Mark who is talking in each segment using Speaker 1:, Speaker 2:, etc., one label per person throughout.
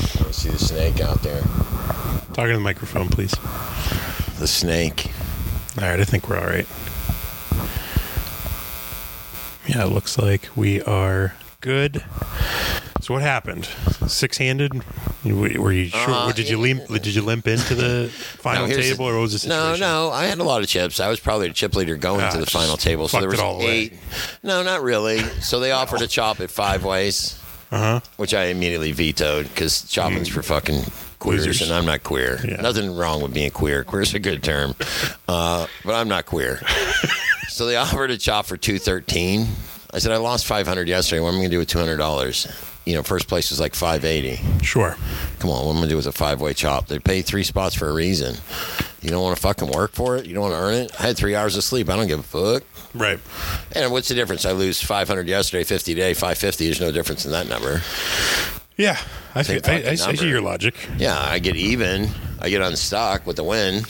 Speaker 1: see the snake out there.
Speaker 2: Talking to the microphone, please.
Speaker 1: The snake.
Speaker 2: All right, I think we're all right. Yeah, it looks like we are good. So what happened? Six-handed? W- Were you short?
Speaker 1: Uh,
Speaker 2: did you
Speaker 1: yeah.
Speaker 2: limp? Did you limp into the final
Speaker 1: No, here's
Speaker 2: table,
Speaker 1: the-
Speaker 2: or what was the situation?
Speaker 1: No, no. I had a lot of chips. I was probably the chip leader going
Speaker 2: Ah,
Speaker 1: to the
Speaker 2: just
Speaker 1: final table. So
Speaker 2: fucked
Speaker 1: there was
Speaker 2: it all away.
Speaker 1: eight. No, not really. So they offered to chop it five ways,
Speaker 2: Uh huh.
Speaker 1: which I immediately vetoed because chopping's for fucking queers,
Speaker 2: Mm. Losers.
Speaker 1: and I'm not queer.
Speaker 2: Yeah.
Speaker 1: Nothing wrong with being queer. Queer's a good term, uh, but I'm not queer. so they offered to chop for two thirteen. I said I lost five hundred yesterday. What am I going to do with two hundred dollars? You know, first place was like five eighty.
Speaker 2: Sure.
Speaker 1: Come on, what am I gonna do with a five way chop? They pay three spots for a reason. You don't want to fucking work for it. You don't want to earn it. I had three hours of sleep. I don't give a fuck.
Speaker 2: Right.
Speaker 1: And what's the difference? I lose five hundred yesterday, fifty today, five fifty. There's no difference in that number.
Speaker 2: Yeah. I,
Speaker 1: Same
Speaker 2: see- I,
Speaker 1: fucking
Speaker 2: I, see- I
Speaker 1: number.
Speaker 2: see your logic.
Speaker 1: Yeah, I get even. I get unstuck with the win,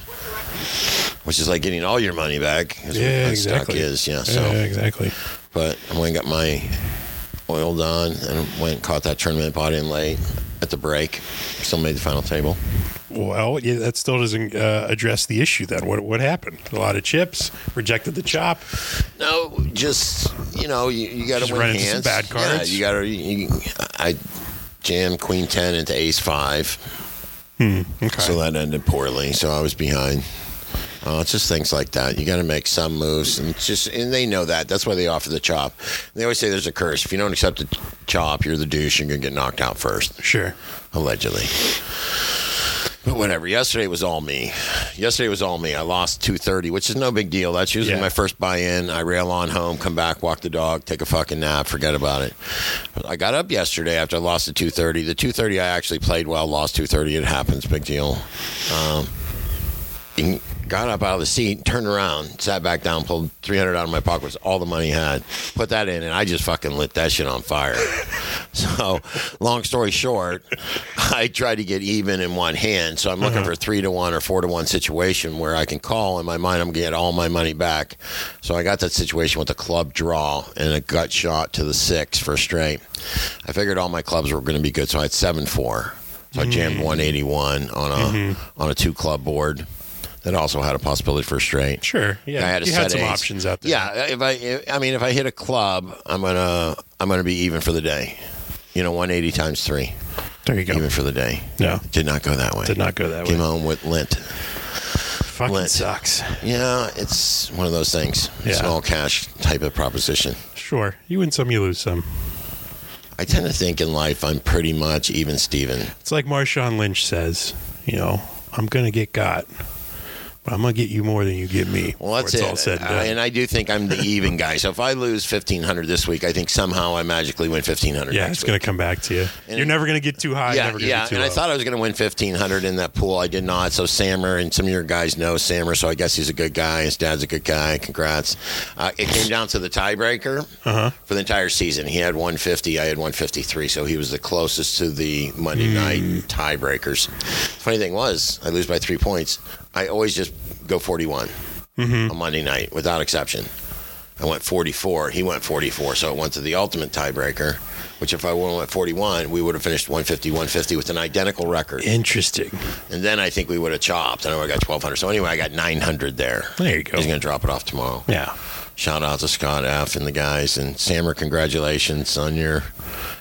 Speaker 1: which is like getting all your money back. is what
Speaker 2: Yeah,
Speaker 1: unstuck
Speaker 2: exactly.
Speaker 1: Is yeah. So,
Speaker 2: yeah, exactly.
Speaker 1: but I went and got my oiled on and went and caught that tournament pot in late at the break. Still made the final table.
Speaker 2: Well, yeah, that still doesn't uh, address the issue. Then what what happened? A lot of chips rejected the chop.
Speaker 1: No, just you know, you, you got to
Speaker 2: Just
Speaker 1: win
Speaker 2: run
Speaker 1: hands.
Speaker 2: into some bad cards?
Speaker 1: Yeah, you got to. You, you- I jammed queen ten into ace five,
Speaker 2: Okay.
Speaker 1: so that ended poorly. So I was behind. Uh, it's just things like that. You got to make some moves, and it's just and they know that. That's why they offer the chop. They always say there's a curse. If you don't accept the chop, you're the douche. You're gonna get knocked out first,
Speaker 2: sure.
Speaker 1: allegedly. But whatever. Yesterday was all me. Yesterday was all me. I lost two thirty, which is no big deal. That's usually
Speaker 2: Yeah.
Speaker 1: my first buy-in. I rail on home, come back, walk the dog, take a fucking nap, forget about it. I got up yesterday after I lost the two thirty. The two thirty I actually played well. Lost two thirty. It happens. Big deal. Um, and got up out of the seat, turned around, sat back down, pulled three hundred out of my pocket, was all the money I had. Put that in, and I just fucking lit that shit on fire. So, long story short, I tried to get even in one hand. So I'm looking for a three to one or four to one situation where I can call in my mind. I'm gonna get all my money back. So I got that situation with a club draw and a gut shot to the six for a straight. I figured all my clubs were going to be good, so I had seven four. So I jammed 181 on a on a two club board that also had a possibility for a straight.
Speaker 2: Sure. Yeah.
Speaker 1: I had a
Speaker 2: you had
Speaker 1: set
Speaker 2: some
Speaker 1: ace.
Speaker 2: options out there.
Speaker 1: Yeah, if I, I mean, if I hit a club, I'm gonna, I'm gonna be even for the day. You know, 180 times three,
Speaker 2: There you go.
Speaker 1: even for the day.
Speaker 2: Yeah.
Speaker 1: It did not go that way.
Speaker 2: Did not go that
Speaker 1: Came
Speaker 2: way.
Speaker 1: home with lint.
Speaker 2: Fucking
Speaker 1: Lent.
Speaker 2: sucks.
Speaker 1: Yeah, it's one of those things.
Speaker 2: Yeah.
Speaker 1: Small cash type of proposition.
Speaker 2: Sure. You win some, you lose some.
Speaker 1: I tend to think in life I'm pretty much even Steven.
Speaker 2: It's like Marshawn Lynch says, you know, I'm gonna get got, but I'm gonna get you more than you get me.
Speaker 1: Well, that's
Speaker 2: before
Speaker 1: it.
Speaker 2: it's all said and
Speaker 1: I-
Speaker 2: done.
Speaker 1: and I do think I'm the even guy. So if I lose 1500 this week, I think somehow I magically win 1500.
Speaker 2: yeah,
Speaker 1: next
Speaker 2: it's
Speaker 1: week.
Speaker 2: gonna come back to you.
Speaker 1: And-
Speaker 2: You're never gonna get too high.
Speaker 1: yeah,
Speaker 2: never gonna
Speaker 1: yeah.
Speaker 2: Be too
Speaker 1: and I
Speaker 2: low.
Speaker 1: thought I was going to win fifteen hundred in that pool. I did not. So Sammer and some of your guys know Sammer, so I guess he's a good guy. His dad's a good guy. Congrats. Uh, it came down to the tiebreaker
Speaker 2: Uh-huh.
Speaker 1: for the entire season. He had one fifty. I had one fifty three. So he was the closest to the
Speaker 2: Hmm.
Speaker 1: Monday night tiebreakers. Funny thing was, I lose by three points. I always just go forty
Speaker 2: Mm-hmm.
Speaker 1: on Monday night without exception. I went 44. He went 44. So it went to the ultimate tiebreaker, which if I would have went 41, we would have finished 150, 150 with an identical record.
Speaker 2: Interesting.
Speaker 1: And then I think we would have chopped. And I would have got 1,200. So anyway, I got 900 there.
Speaker 2: There you go.
Speaker 1: He's going to drop it off tomorrow.
Speaker 2: Yeah.
Speaker 1: Shout out to Scott F. and the guys. And Sammer, congratulations on your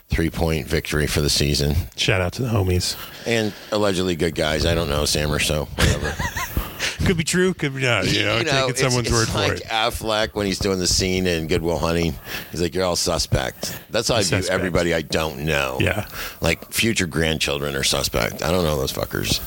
Speaker 1: three point victory for the season.
Speaker 2: Shout out to the homies.
Speaker 1: And allegedly good guys. I don't know Sammer, so whatever.
Speaker 2: Could be true. Could be not. You know, taking
Speaker 1: it's-
Speaker 2: someone's
Speaker 1: it's
Speaker 2: word
Speaker 1: like
Speaker 2: for it.
Speaker 1: Affleck when he's doing the scene in Goodwill Hunting, he's like, "You're all suspect." That's how I view
Speaker 2: Suspect.
Speaker 1: everybody I don't know.
Speaker 2: Yeah.
Speaker 1: like future grandchildren are suspect. I don't know those fuckers.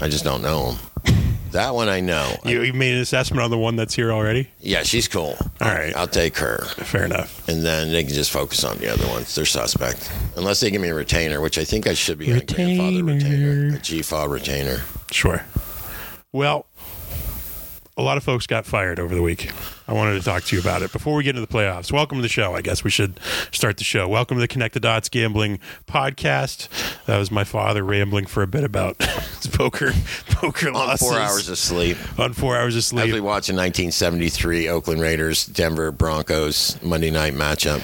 Speaker 1: I just don't know them. That one I know.
Speaker 2: Hmm. You, you made an assessment on the one that's here already.
Speaker 1: yeah, she's cool.
Speaker 2: All right.
Speaker 1: I'll take her,
Speaker 2: Fair enough.
Speaker 1: and then they can just focus on the other ones. They're suspect unless they give me a retainer, which I think I should be on a grandfather retainer,
Speaker 2: Retainer.
Speaker 1: a GFA retainer.
Speaker 2: Sure. Well, a lot of folks got fired over the week. I wanted to talk to you about it before we get into the playoffs. Welcome to the show. I guess we should start the show. Welcome to the Connect the Dots Gambling Podcast. That was my father rambling for a bit about It's poker, poker
Speaker 1: on
Speaker 2: losses
Speaker 1: four hours of sleep.
Speaker 2: on four hours of
Speaker 1: I've
Speaker 2: sleep.
Speaker 1: been watching 1973 Oakland Raiders Denver Broncos Monday night matchup.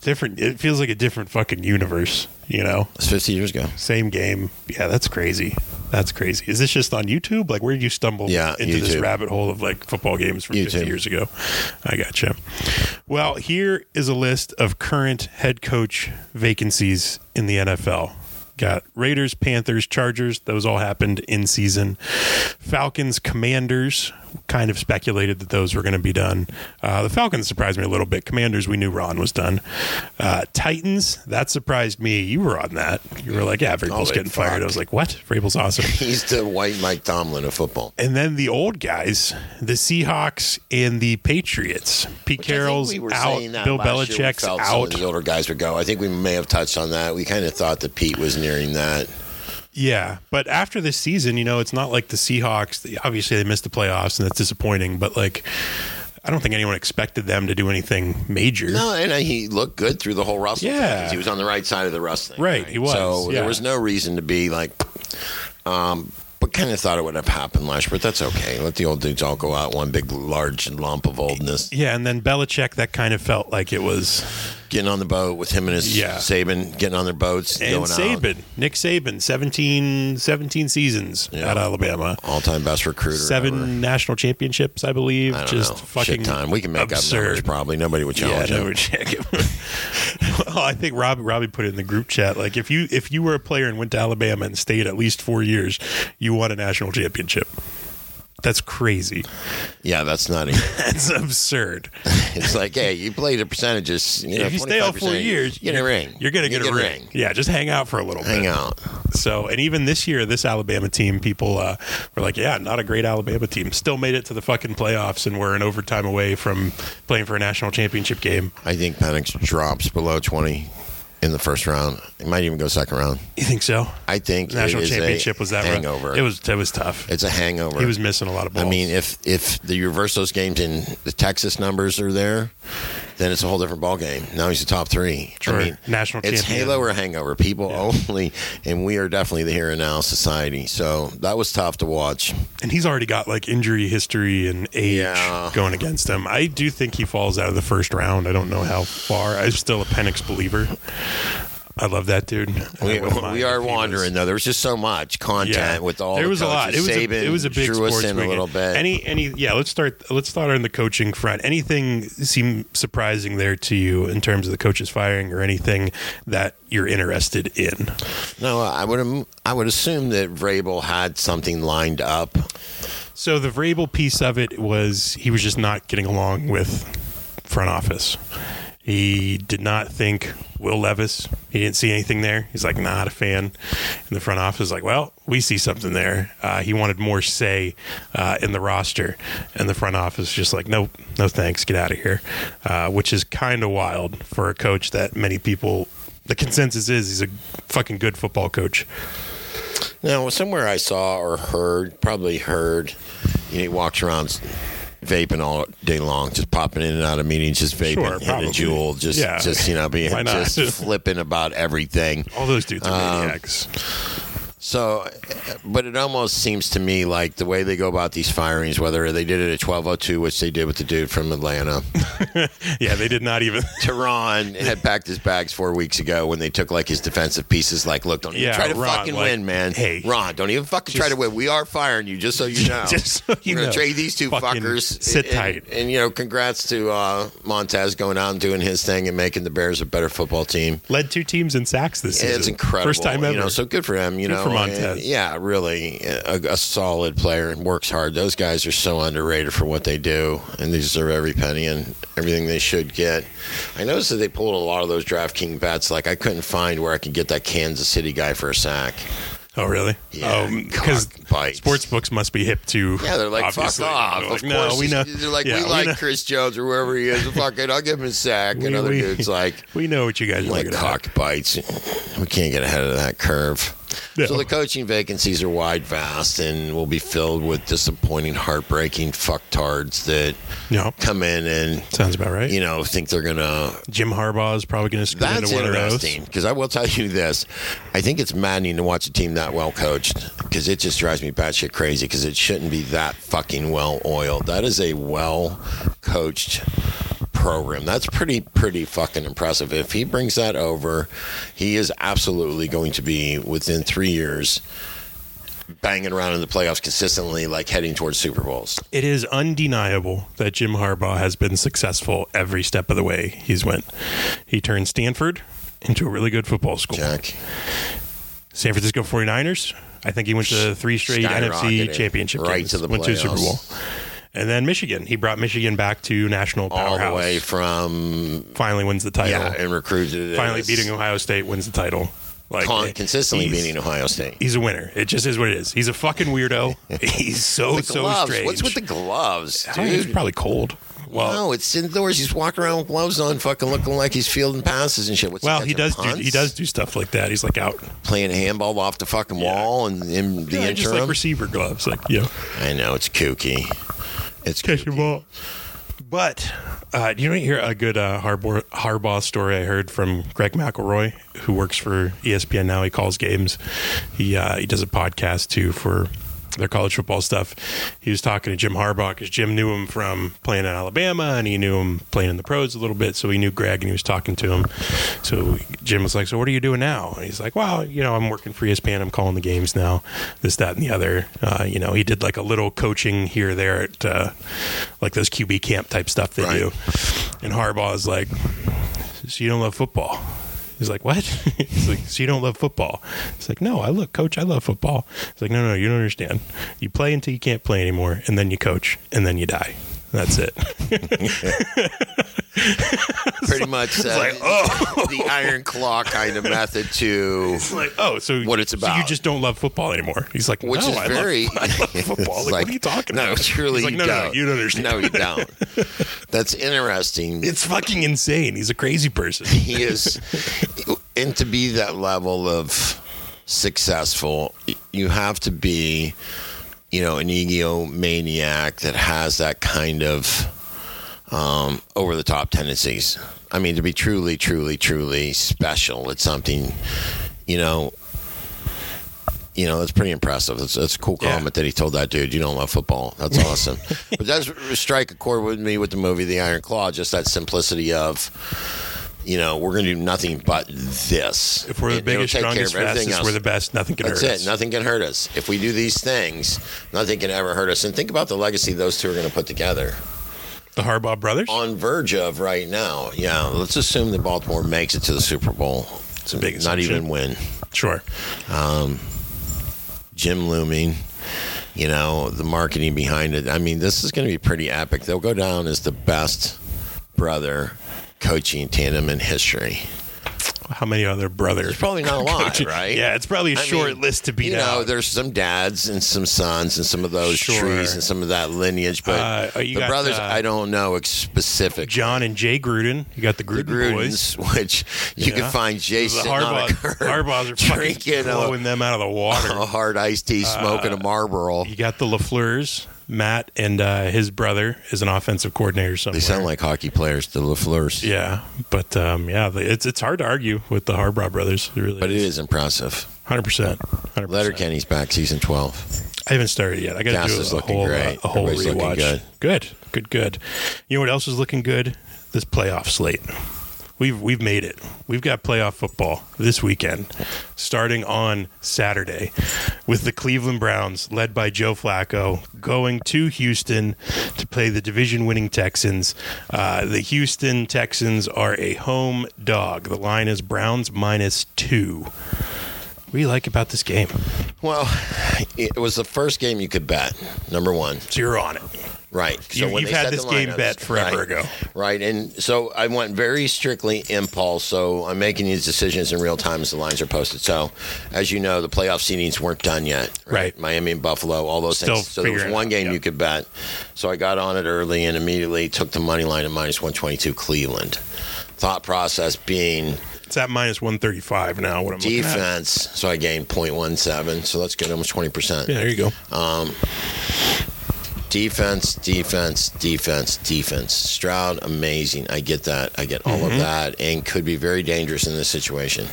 Speaker 2: different. It feels like a different fucking universe. You know,
Speaker 1: It's 50 years ago.
Speaker 2: same game. Yeah, that's crazy. That's crazy. Is this just on YouTube? Like, where did you stumble
Speaker 1: Yeah,
Speaker 2: into this
Speaker 1: YouTube.
Speaker 2: rabbit hole of like football games from 50
Speaker 1: YouTube.
Speaker 2: years ago? I gotcha. Well, here is a list of current head coach vacancies in the NFL. Got Raiders, Panthers, Chargers. Those all happened in season. Falcons, Commanders. Kind of speculated that those were going to be done. Uh, the Falcons surprised me a little bit. Commanders, we knew Ron was done. Uh, Titans, that surprised me. You were on that. You were like, yeah, Vrabel's
Speaker 1: Holy
Speaker 2: getting fired. I
Speaker 1: fuck.
Speaker 2: was like, what? Vrabel's awesome.
Speaker 1: He's the white Mike Tomlin of football.
Speaker 2: And then the old guys, the Seahawks and the Patriots. Pete
Speaker 1: I think
Speaker 2: Carroll's
Speaker 1: we were
Speaker 2: out.
Speaker 1: saying that
Speaker 2: Bill
Speaker 1: last year. We
Speaker 2: Belichick's
Speaker 1: felt some of
Speaker 2: out.
Speaker 1: The older guys would go. I think we may have touched on that. We kind of thought that Pete was nearing that.
Speaker 2: Yeah, but after this season, you know, it's not like the Seahawks. They, obviously, they missed the playoffs, and that's disappointing. But like, I don't think anyone expected them to do anything major.
Speaker 1: No, and uh, he looked good through the whole Russell. thing,
Speaker 2: Yeah.
Speaker 1: 'cause he was on the right side of the Russell. thing,
Speaker 2: Right, he was,
Speaker 1: So
Speaker 2: yeah.
Speaker 1: there was no reason to be like, um, but kind of thought it would have happened last year. But that's okay. Let the old dudes all go out one big large lump of oldness.
Speaker 2: Yeah, and then Belichick, that kind of felt like it was.
Speaker 1: Getting on the boat with him and his
Speaker 2: Yeah.
Speaker 1: Saban getting on their boats
Speaker 2: And
Speaker 1: going out.
Speaker 2: Saban, Nick Saban, 17, 17 seasons
Speaker 1: Yeah.
Speaker 2: at Alabama.
Speaker 1: All time best recruiter.
Speaker 2: Seven
Speaker 1: ever.
Speaker 2: national championships, I believe.
Speaker 1: I don't
Speaker 2: Just
Speaker 1: know.
Speaker 2: fucking
Speaker 1: Shit time. We can make up numbers.
Speaker 2: absurd.
Speaker 1: Probably nobody would
Speaker 2: Yeah,
Speaker 1: challenge
Speaker 2: no,
Speaker 1: him.
Speaker 2: we're checking. well, I think Rob Robbie put it in the group chat. Like if you if you were a player and went to Alabama and stayed at least four years, you won a national championship. That's crazy.
Speaker 1: Yeah, that's not. Even,
Speaker 2: That's absurd.
Speaker 1: it's like, hey, you play the percentages. You know,
Speaker 2: if you stay all four
Speaker 1: 25%,
Speaker 2: years,
Speaker 1: you get a ring.
Speaker 2: You're gonna
Speaker 1: You
Speaker 2: get, a, ring. Yeah, just hang out for a little
Speaker 1: Hang
Speaker 2: bit.
Speaker 1: out.
Speaker 2: So, and even this year, this Alabama team, people uh, were like, "Yeah, not a great Alabama team. Still made it to the fucking playoffs, and we're an overtime away from playing for a national championship game."
Speaker 1: I think Penix drops below 20 in the first round. It might even go second round.
Speaker 2: You think so?
Speaker 1: I think
Speaker 2: national
Speaker 1: it is a
Speaker 2: championship was that rough.
Speaker 1: hangover.
Speaker 2: It was it was tough.
Speaker 1: It's a hangover.
Speaker 2: he was missing a lot of balls.
Speaker 1: I mean, if if the reverse those games and the Texas numbers are there, then it's a whole different ball game. Now he's the top three.
Speaker 2: Sure.
Speaker 1: I mean,
Speaker 2: National
Speaker 1: It's
Speaker 2: champion.
Speaker 1: Halo or Hangover. People only, and we are definitely the here and now society. So that was tough to watch.
Speaker 2: and he's already got like injury history and age
Speaker 1: Yeah.
Speaker 2: going against him. I do think he falls out of the first round. I don't know how far. I'm still a Penix believer. I love that dude. And I
Speaker 1: We,
Speaker 2: wouldn't mind
Speaker 1: we
Speaker 2: if he
Speaker 1: are
Speaker 2: was-
Speaker 1: wandering though. There was just so much content with all.
Speaker 2: there
Speaker 1: the
Speaker 2: was a lot. It
Speaker 1: coaches.
Speaker 2: was
Speaker 1: Saban
Speaker 2: a, it was a big
Speaker 1: drew us
Speaker 2: sports
Speaker 1: in a
Speaker 2: weekend.
Speaker 1: little bit.
Speaker 2: Any any yeah. Let's start. Let's start on the coaching front. Anything seem surprising there to you in terms of the coaches firing or anything that you're interested in?
Speaker 1: No, I would am- I would assume that Vrabel had something lined up.
Speaker 2: So the Vrabel piece of it was he was just not getting along with front office. He did not think Will Levis. He didn't see anything there. He's like, not a fan. And the front office is like, well, we see something there. Uh, he wanted more say uh, in the roster, and the front office is just like, nope, no thanks, get out of here. Uh, which is kind of wild for a coach that many people. The consensus is he's a fucking good football coach.
Speaker 1: Now, somewhere I saw or heard, probably heard, you know, he walks around vaping all day long, just popping in and out of meetings, just vaping,
Speaker 2: Sure,
Speaker 1: hitting
Speaker 2: probably.
Speaker 1: a jewel, just
Speaker 2: Yeah.
Speaker 1: just you know, being
Speaker 2: Why not?
Speaker 1: just flipping about everything.
Speaker 2: All those dudes are maniacs.
Speaker 1: So, but it almost seems to me like the way they go about these firings, whether they did it at twelve oh two, which they did with the dude from Atlanta.
Speaker 2: Yeah, they did not even.
Speaker 1: Tehran had packed his bags four weeks ago when they took like his defensive pieces. Like, look, don't even
Speaker 2: Yeah,
Speaker 1: try to
Speaker 2: Ron,
Speaker 1: fucking
Speaker 2: like,
Speaker 1: win, man.
Speaker 2: hey,
Speaker 1: Ron, don't even fucking try to win. We are firing you, just so you know.
Speaker 2: Just so you
Speaker 1: We're gonna
Speaker 2: know.
Speaker 1: trade these two
Speaker 2: Fucking
Speaker 1: fuckers.
Speaker 2: sit
Speaker 1: And-
Speaker 2: tight.
Speaker 1: and, you know, congrats to uh, Montez going out and doing his thing and making the Bears a better football team.
Speaker 2: led two teams in sacks this season.
Speaker 1: It's incredible.
Speaker 2: First time ever.
Speaker 1: You know, so good for him. You
Speaker 2: Good
Speaker 1: know,
Speaker 2: for Montez.
Speaker 1: And, yeah, really a, a solid player and works hard. Those guys are so underrated for what they do, and they deserve every penny and everything they should get. I noticed that they pulled a lot of those DraftKings bets. Like I couldn't find where I could get that Kansas City guy for a sack.
Speaker 2: oh, really?
Speaker 1: Yeah,
Speaker 2: because
Speaker 1: cockbites.
Speaker 2: sports books must be hip to.
Speaker 1: Yeah, they're like,
Speaker 2: obviously.
Speaker 1: fuck off.
Speaker 2: They're
Speaker 1: of
Speaker 2: like,
Speaker 1: course,
Speaker 2: no, we know.
Speaker 1: They're like,
Speaker 2: yeah,
Speaker 1: we like
Speaker 2: know,
Speaker 1: Chris Jones or whoever he is. fuck it, I'll give him a sack. and
Speaker 2: we-
Speaker 1: other
Speaker 2: we-
Speaker 1: dude's like,
Speaker 2: we know what you guys are
Speaker 1: like
Speaker 2: looking at.
Speaker 1: cocked bites. We can't get ahead of that curve.
Speaker 2: Yeah.
Speaker 1: So the coaching vacancies are wide, vast, and will be filled with disappointing, heartbreaking fucktards that
Speaker 2: Yeah.
Speaker 1: come in and
Speaker 2: Sounds about right.
Speaker 1: you know think they're gonna
Speaker 2: Jim Harbaugh is probably going to screw
Speaker 1: That's
Speaker 2: into one of those.
Speaker 1: interesting because I will tell you this: I think it's maddening to watch a team that well coached because it just drives me batshit crazy because it shouldn't be that fucking well oiled. That is a well coached program. That's pretty pretty fucking impressive. If he brings that over, he is absolutely going to be within three years banging around in the playoffs consistently, like heading towards Super Bowls.
Speaker 2: It is undeniable that Jim Harbaugh has been successful every step of the way he's went. He turned Stanford into a really good football school.
Speaker 1: Jack,
Speaker 2: San Francisco 49ers, I think he went to three straight
Speaker 1: Skyrocketed
Speaker 2: NFC championship
Speaker 1: right
Speaker 2: games,
Speaker 1: to the
Speaker 2: went to a Super
Speaker 1: playoffs.
Speaker 2: Bowl. And then Michigan, he brought Michigan back to national
Speaker 1: all
Speaker 2: powerhouse.
Speaker 1: the way from
Speaker 2: Finally wins the title.
Speaker 1: yeah, and recruited
Speaker 2: Finally
Speaker 1: as-
Speaker 2: beating Ohio State wins the title. Like
Speaker 1: Con- consistently
Speaker 2: he's-
Speaker 1: beating Ohio State.
Speaker 2: He's a winner. It just is what it is. He's a fucking weirdo. He's so
Speaker 1: The
Speaker 2: so
Speaker 1: gloves.
Speaker 2: strange.
Speaker 1: What's with the gloves,
Speaker 2: I mean, He's
Speaker 1: dude?
Speaker 2: probably cold. Well,
Speaker 1: no, it's indoors. He's walking around with gloves on, fucking looking like he's fielding passes and shit. What's
Speaker 2: well, he
Speaker 1: catching
Speaker 2: does do,
Speaker 1: punts?
Speaker 2: he does do stuff like that. He's like out
Speaker 1: playing handball off the fucking wall and in the
Speaker 2: Yeah, just
Speaker 1: interim.
Speaker 2: like receiver gloves, like yeah,
Speaker 1: I know it's kooky. It's
Speaker 2: catch your
Speaker 1: kooky.
Speaker 2: ball. But uh, do you want to hear a good uh, Harbaugh, Harbaugh story I heard from Greg McElroy, who works for E ESPN now? He calls games. He uh, he does a podcast too for their college football stuff. He was talking to Jim Harbaugh because Jim knew him from playing in Alabama and he knew him playing in the pros a little bit, so he knew Greg and he was talking to him. So Jim was like, "So what are you doing now?" And he's like, "Well, you know, I'm working for E ESPN. I'm calling the games now. This, that, and the other. Uh, you know, he did like a little coaching here, there at uh, like those QB camp type stuff they
Speaker 1: Right.
Speaker 2: do." And Harbaugh is like, "So you don't love football?" He's like, "What?" He's like, "So you don't love football?" He's like, "No, I look, coach. I love football." He's like, "No, no, you don't understand. You play until you can't play anymore, and then you coach, and then you die. That's it."
Speaker 1: Pretty much uh,
Speaker 2: like, oh.
Speaker 1: the iron claw kind of method to
Speaker 2: It's like, oh, so
Speaker 1: What it's
Speaker 2: so you
Speaker 1: about.
Speaker 2: just don't love football anymore. He's like,
Speaker 1: which
Speaker 2: no,
Speaker 1: is
Speaker 2: I love-
Speaker 1: very
Speaker 2: I love, football.
Speaker 1: it's
Speaker 2: Like, what are you talking
Speaker 1: no,
Speaker 2: about?
Speaker 1: No, surely
Speaker 2: He's like,
Speaker 1: you
Speaker 2: no, no,
Speaker 1: don't.
Speaker 2: no, you don't understand.
Speaker 1: No, you don't. That's interesting.
Speaker 2: It's fucking insane. He's a crazy person.
Speaker 1: he is and to be that level of successful you have to be you know an egomaniac that has that kind of um, over the top tendencies i mean to be truly truly truly special it's something you know you know that's pretty impressive that's, that's a cool
Speaker 2: Yeah.
Speaker 1: comment that he told that dude you don't love football that's awesome but that's strike a chord with me with the movie the iron claw just that simplicity of you know, we're going to do nothing but this.
Speaker 2: If we're the
Speaker 1: And it'll
Speaker 2: biggest,
Speaker 1: take care of
Speaker 2: strongest,
Speaker 1: everything
Speaker 2: fastest,
Speaker 1: else.
Speaker 2: we're the best. Nothing can
Speaker 1: That's
Speaker 2: hurt
Speaker 1: it.
Speaker 2: us.
Speaker 1: Nothing can hurt us. If we do these things, nothing can ever hurt us. And think about the legacy those two are going to put together.
Speaker 2: The Harbaugh brothers.
Speaker 1: On verge of right now. Yeah. Let's assume that Baltimore makes it to the Super Bowl. It's
Speaker 2: a big
Speaker 1: Not
Speaker 2: assumption.
Speaker 1: even win.
Speaker 2: Sure.
Speaker 1: Jim looming. You know, the marketing behind it. I mean, this is going to be pretty epic. They'll go down as the best brother coaching tandem in history.
Speaker 2: How many other brothers?
Speaker 1: There's probably not a lot,
Speaker 2: Coach-
Speaker 1: right?
Speaker 2: Yeah, it's probably a
Speaker 1: I
Speaker 2: short
Speaker 1: mean,
Speaker 2: list to beat
Speaker 1: You know,
Speaker 2: out.
Speaker 1: there's some dads and some sons and some of those
Speaker 2: Sure.
Speaker 1: trees and some of that lineage, but
Speaker 2: Uh, oh, you
Speaker 1: the
Speaker 2: got,
Speaker 1: brothers,
Speaker 2: uh,
Speaker 1: I don't know ex- specific.
Speaker 2: John and Jay Gruden. You got the Gruden,
Speaker 1: the
Speaker 2: boys.
Speaker 1: Grudens, which you
Speaker 2: Yeah.
Speaker 1: can find
Speaker 2: The
Speaker 1: Jason
Speaker 2: Harbaugh,
Speaker 1: on a curb,
Speaker 2: Harbaughs are fucking
Speaker 1: drinking Uh-huh. a,
Speaker 2: blowing Uh, them out of the water.
Speaker 1: a hard iced tea, smoking a Marlboro.
Speaker 2: You got the Lafleurs. Matt and uh, his brother is an offensive coordinator somewhere.
Speaker 1: They sound like hockey players, the Lafleurs.
Speaker 2: yeah, but um, yeah, the- it's it's hard to argue with the Harbaugh brothers. It really,
Speaker 1: But it is impressive.
Speaker 2: hundred percent, hundred percent.
Speaker 1: Letterkenny's back, season 12.
Speaker 2: I haven't started yet. I got
Speaker 1: Gas
Speaker 2: to do
Speaker 1: is
Speaker 2: a
Speaker 1: looking
Speaker 2: whole
Speaker 1: great.
Speaker 2: a whole
Speaker 1: Everybody's looking
Speaker 2: rewatch. Good.
Speaker 1: good.
Speaker 2: good, good, You know what else is looking good? This playoff slate. We've we've made it. We've got playoff football this weekend, starting on Saturday, with the Cleveland Browns, led by Joe Flacco, going to Houston to play the division-winning Texans. Uh, the Houston Texans are a home dog. The line is Browns minus two. What do you like about this game?
Speaker 1: Well, it was the first game you could bet, number one.
Speaker 2: So you're on it.
Speaker 1: Right. So
Speaker 2: You-
Speaker 1: when
Speaker 2: you've
Speaker 1: they
Speaker 2: had
Speaker 1: set
Speaker 2: this
Speaker 1: the
Speaker 2: game
Speaker 1: lineups-
Speaker 2: bet forever
Speaker 1: right,
Speaker 2: ago.
Speaker 1: Right. And so I went very strictly impulse. So I'm making these decisions in real time as the lines are posted. So, as you know, the playoff seedings weren't done yet.
Speaker 2: Right.
Speaker 1: Miami and Buffalo, all those
Speaker 2: Still
Speaker 1: things. So there was
Speaker 2: figuring
Speaker 1: one
Speaker 2: out,
Speaker 1: game
Speaker 2: yeah.
Speaker 1: you could bet. So I got on it early and immediately took the money line at minus 122 Cleveland. Thought process being
Speaker 2: It's at minus 135 now. What I'm looking at.
Speaker 1: Defense. So I gained 0.17. So that's good. Almost 20%.
Speaker 2: Yeah, there you go.
Speaker 1: Defense, defense, defense, defense. Stroud, amazing. I get that. I get all of that and could be very dangerous in this situation.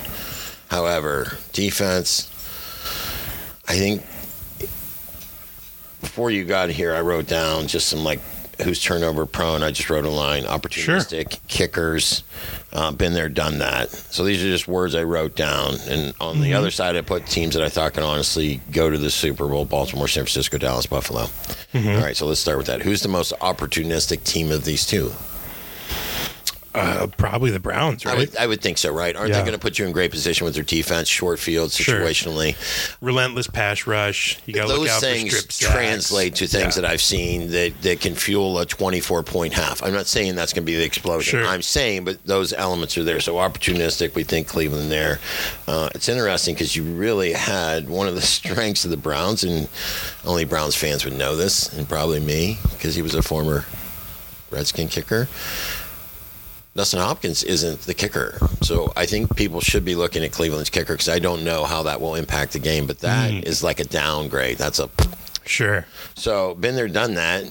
Speaker 1: However, defense, I think before you got here, I wrote down just some like who's turnover prone. I just wrote a line opportunistic, kickers, uh, been there, done that. So these are just words I wrote down. And on
Speaker 2: Mm-hmm.
Speaker 1: the other side, I put teams that I thought could honestly go to the Super Bowl Baltimore, San Francisco, Dallas, Buffalo.
Speaker 2: Mm-hmm.
Speaker 1: All right, so let's start with that. Who's the most opportunistic team of these two?
Speaker 2: Uh, probably the Browns,
Speaker 1: I
Speaker 2: right?
Speaker 1: would, I would think so, right? Aren't
Speaker 2: Yeah.
Speaker 1: they going to put you in great position with their defense, short field,
Speaker 2: Sure.
Speaker 1: situationally?
Speaker 2: Relentless pass rush. You got to look
Speaker 1: Those
Speaker 2: out for
Speaker 1: things
Speaker 2: strip sacks.
Speaker 1: translate to things
Speaker 2: Yeah.
Speaker 1: that I've seen that, that can fuel a 24 point half. I'm not saying that's going to be the explosion.
Speaker 2: Sure.
Speaker 1: I'm saying, but those elements are there. So opportunistic, we think Cleveland there. Uh, it's interesting because you really had one of the strengths of the Browns, and only Browns fans would know this, and probably me, because he was a former Redskin kicker. Dustin Hopkins isn't the kicker. So I think people should be looking at Cleveland's kicker because I don't know how that will impact the game, but that is like a downgrade. That's a.
Speaker 2: Sure.
Speaker 1: So, been there, done that.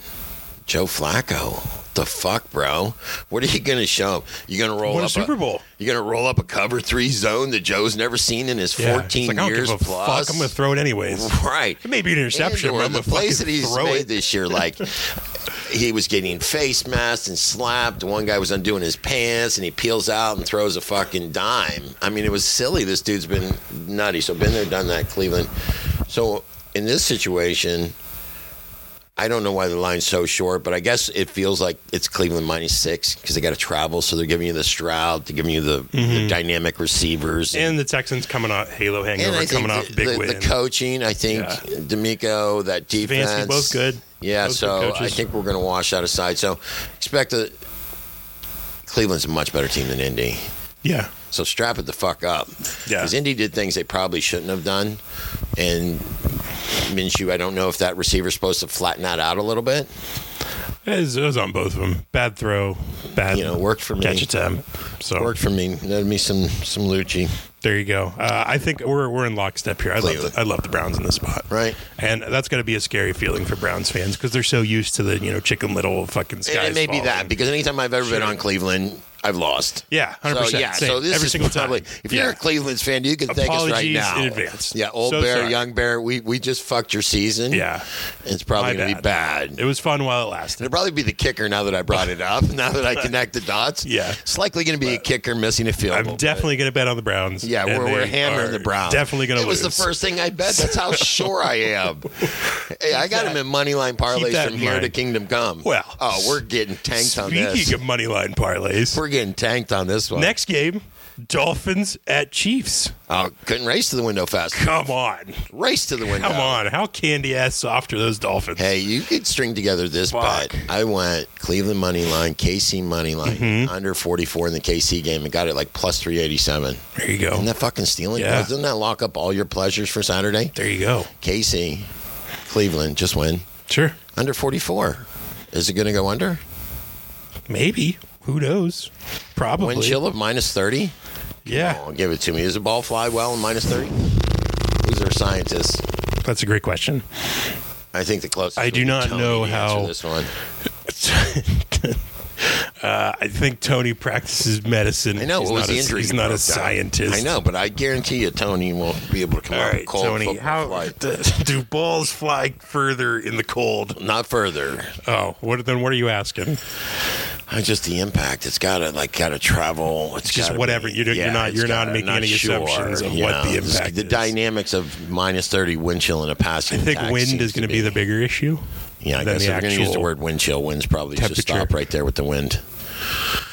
Speaker 1: Joe Flacco. The fuck, bro? What are you gonna show him? You gonna roll
Speaker 2: Won a
Speaker 1: up
Speaker 2: Super Bowl.
Speaker 1: You gonna roll up a cover three zone that Joe's never seen in his
Speaker 2: Yeah. It's
Speaker 1: fourteen
Speaker 2: like, I don't
Speaker 1: years
Speaker 2: give a
Speaker 1: plus?
Speaker 2: Fuck, I'm going to throw it anyways.
Speaker 1: Right.
Speaker 2: It may be an interception,
Speaker 1: And
Speaker 2: but
Speaker 1: or
Speaker 2: I'm
Speaker 1: the
Speaker 2: going to
Speaker 1: plays
Speaker 2: fucking
Speaker 1: that he's
Speaker 2: throw
Speaker 1: made
Speaker 2: it.
Speaker 1: this year, like he was getting face masked and slapped. One guy was undoing his pants, and he peels out and throws a fucking dime. I mean, it was silly. This dude's been nutty. So been there, done that, Cleveland. So in this situation. I don't know why the line's so short, but I guess it feels like it's Cleveland minus six because they got to travel. So they're giving you the Stroud, they're giving you the,
Speaker 2: Mm-hmm.
Speaker 1: the dynamic receivers.
Speaker 2: And the Texans coming off Halo hangover, coming off
Speaker 1: the,
Speaker 2: big
Speaker 1: the,
Speaker 2: win.
Speaker 1: the coaching, I think
Speaker 2: Yeah.
Speaker 1: D'Amico, that defense,
Speaker 2: both good.
Speaker 1: Yeah,
Speaker 2: Both good
Speaker 1: so I
Speaker 2: coaches.
Speaker 1: think we're going to wash that aside. So expect a Cleveland's a much better team than Indy.
Speaker 2: yeah.
Speaker 1: So strap it the fuck up.
Speaker 2: Yeah.
Speaker 1: Because Indy did things they probably shouldn't have done, and Minshew, I don't know if that receiver's supposed to flatten that out a little bit.
Speaker 2: It was, it was on both of them. Bad throw, bad
Speaker 1: You know, worked for me.
Speaker 2: catch attempt. So
Speaker 1: Worked for me. That'd be some some Lucci.
Speaker 2: there you go. Uh, I think we're we're in lockstep here. I love
Speaker 1: Cleveland.
Speaker 2: the, I love the Browns in this spot.
Speaker 1: Right.
Speaker 2: and that's going to be a scary feeling for Browns fans because they're so used to the you know chicken little fucking
Speaker 1: And
Speaker 2: skies.
Speaker 1: it may be that
Speaker 2: falling.
Speaker 1: because anytime I've ever been
Speaker 2: Sure.
Speaker 1: on Cleveland, I've lost.
Speaker 2: Yeah, hundred
Speaker 1: So
Speaker 2: percent.
Speaker 1: yeah, so this
Speaker 2: every
Speaker 1: is
Speaker 2: single
Speaker 1: probably,
Speaker 2: time.
Speaker 1: If
Speaker 2: yeah.
Speaker 1: you're a Cleveland's fan, you can thank us right
Speaker 2: Apologies
Speaker 1: now.
Speaker 2: in advance.
Speaker 1: Yeah, old
Speaker 2: So
Speaker 1: bear,
Speaker 2: sorry.
Speaker 1: young bear, we we just fucked your season.
Speaker 2: Yeah.
Speaker 1: it's probably
Speaker 2: My
Speaker 1: gonna be bad.
Speaker 2: It was fun while it lasted.
Speaker 1: It'll probably be the kicker now that I brought it up. Now that I connect the dots,
Speaker 2: Yeah.
Speaker 1: it's likely going to be a kicker missing a field.
Speaker 2: I'm
Speaker 1: goal, but-
Speaker 2: definitely going to bet on the Browns.
Speaker 1: yeah,
Speaker 2: and
Speaker 1: we're,
Speaker 2: they
Speaker 1: we're hammering
Speaker 2: are
Speaker 1: the Browns.
Speaker 2: Definitely going
Speaker 1: It
Speaker 2: to lose.
Speaker 1: was the first thing I bet. That's how sure I am. Hey, I got him in money line parlays
Speaker 2: that
Speaker 1: from
Speaker 2: in
Speaker 1: here to
Speaker 2: mind.
Speaker 1: Kingdom Come.
Speaker 2: Well,
Speaker 1: oh, we're getting tanked on
Speaker 2: Speaking
Speaker 1: this.
Speaker 2: of money line parlays,
Speaker 1: we're getting tanked on this one.
Speaker 2: next game, Dolphins at Chiefs.
Speaker 1: oh, couldn't race to the window fast.
Speaker 2: Come on,
Speaker 1: Race to the window.
Speaker 2: come on. How candy ass soft are those Dolphins?
Speaker 1: Hey, you could string together this
Speaker 2: Fuck.
Speaker 1: bet. I went Cleveland money line, KC money line,
Speaker 2: Mm-hmm.
Speaker 1: under 44 in the KC game and got it like plus 387.
Speaker 2: There you
Speaker 1: Isn't
Speaker 2: go.
Speaker 1: that fucking stealing?
Speaker 2: Yeah.
Speaker 1: Doesn't that lock up all your pleasures for Saturday?
Speaker 2: There you go.
Speaker 1: KC, Cleveland, just win.
Speaker 2: Sure,
Speaker 1: Under 44. Is it going to go under?
Speaker 2: maybe. Who knows? Probably.
Speaker 1: Wind chill of minus 30?
Speaker 2: Yeah,
Speaker 1: Oh, give it to me. Does the ball fly well in minus 30? These are scientists.
Speaker 2: that's a great question.
Speaker 1: I think the closest.
Speaker 2: I
Speaker 1: would
Speaker 2: do
Speaker 1: be
Speaker 2: not
Speaker 1: Tony
Speaker 2: know
Speaker 1: to answer
Speaker 2: how-
Speaker 1: This one.
Speaker 2: Uh, I think Tony practices medicine.
Speaker 1: I know.
Speaker 2: He's
Speaker 1: what was
Speaker 2: not
Speaker 1: the
Speaker 2: a-
Speaker 1: injury?
Speaker 2: He's
Speaker 1: you
Speaker 2: not a
Speaker 1: broke down?
Speaker 2: scientist.
Speaker 1: I know, but I guarantee you, Tony won't be able to come
Speaker 2: All
Speaker 1: out
Speaker 2: right,
Speaker 1: cold.
Speaker 2: Tony.
Speaker 1: football
Speaker 2: How
Speaker 1: flight.
Speaker 2: d- do balls fly further in the cold?
Speaker 1: Not further.
Speaker 2: Oh, what then? What are you asking?
Speaker 1: Uh, Just the impact. It's got to like got to travel. It's
Speaker 2: Just
Speaker 1: gotta
Speaker 2: whatever.
Speaker 1: be-
Speaker 2: You're- you're not-
Speaker 1: it's
Speaker 2: you're not
Speaker 1: gotta-
Speaker 2: making any assumptions of what the
Speaker 1: Just
Speaker 2: impact
Speaker 1: The
Speaker 2: is.
Speaker 1: dynamics of minus thirty wind chill in a passing.
Speaker 2: I think
Speaker 1: attack
Speaker 2: wind
Speaker 1: seems
Speaker 2: is going
Speaker 1: to
Speaker 2: to be the bigger issue.
Speaker 1: Yeah, I
Speaker 2: than
Speaker 1: guess
Speaker 2: the
Speaker 1: if we're going to use the
Speaker 2: actual
Speaker 1: word wind chill. Wind's probably just
Speaker 2: temperature.
Speaker 1: stop right there with the wind.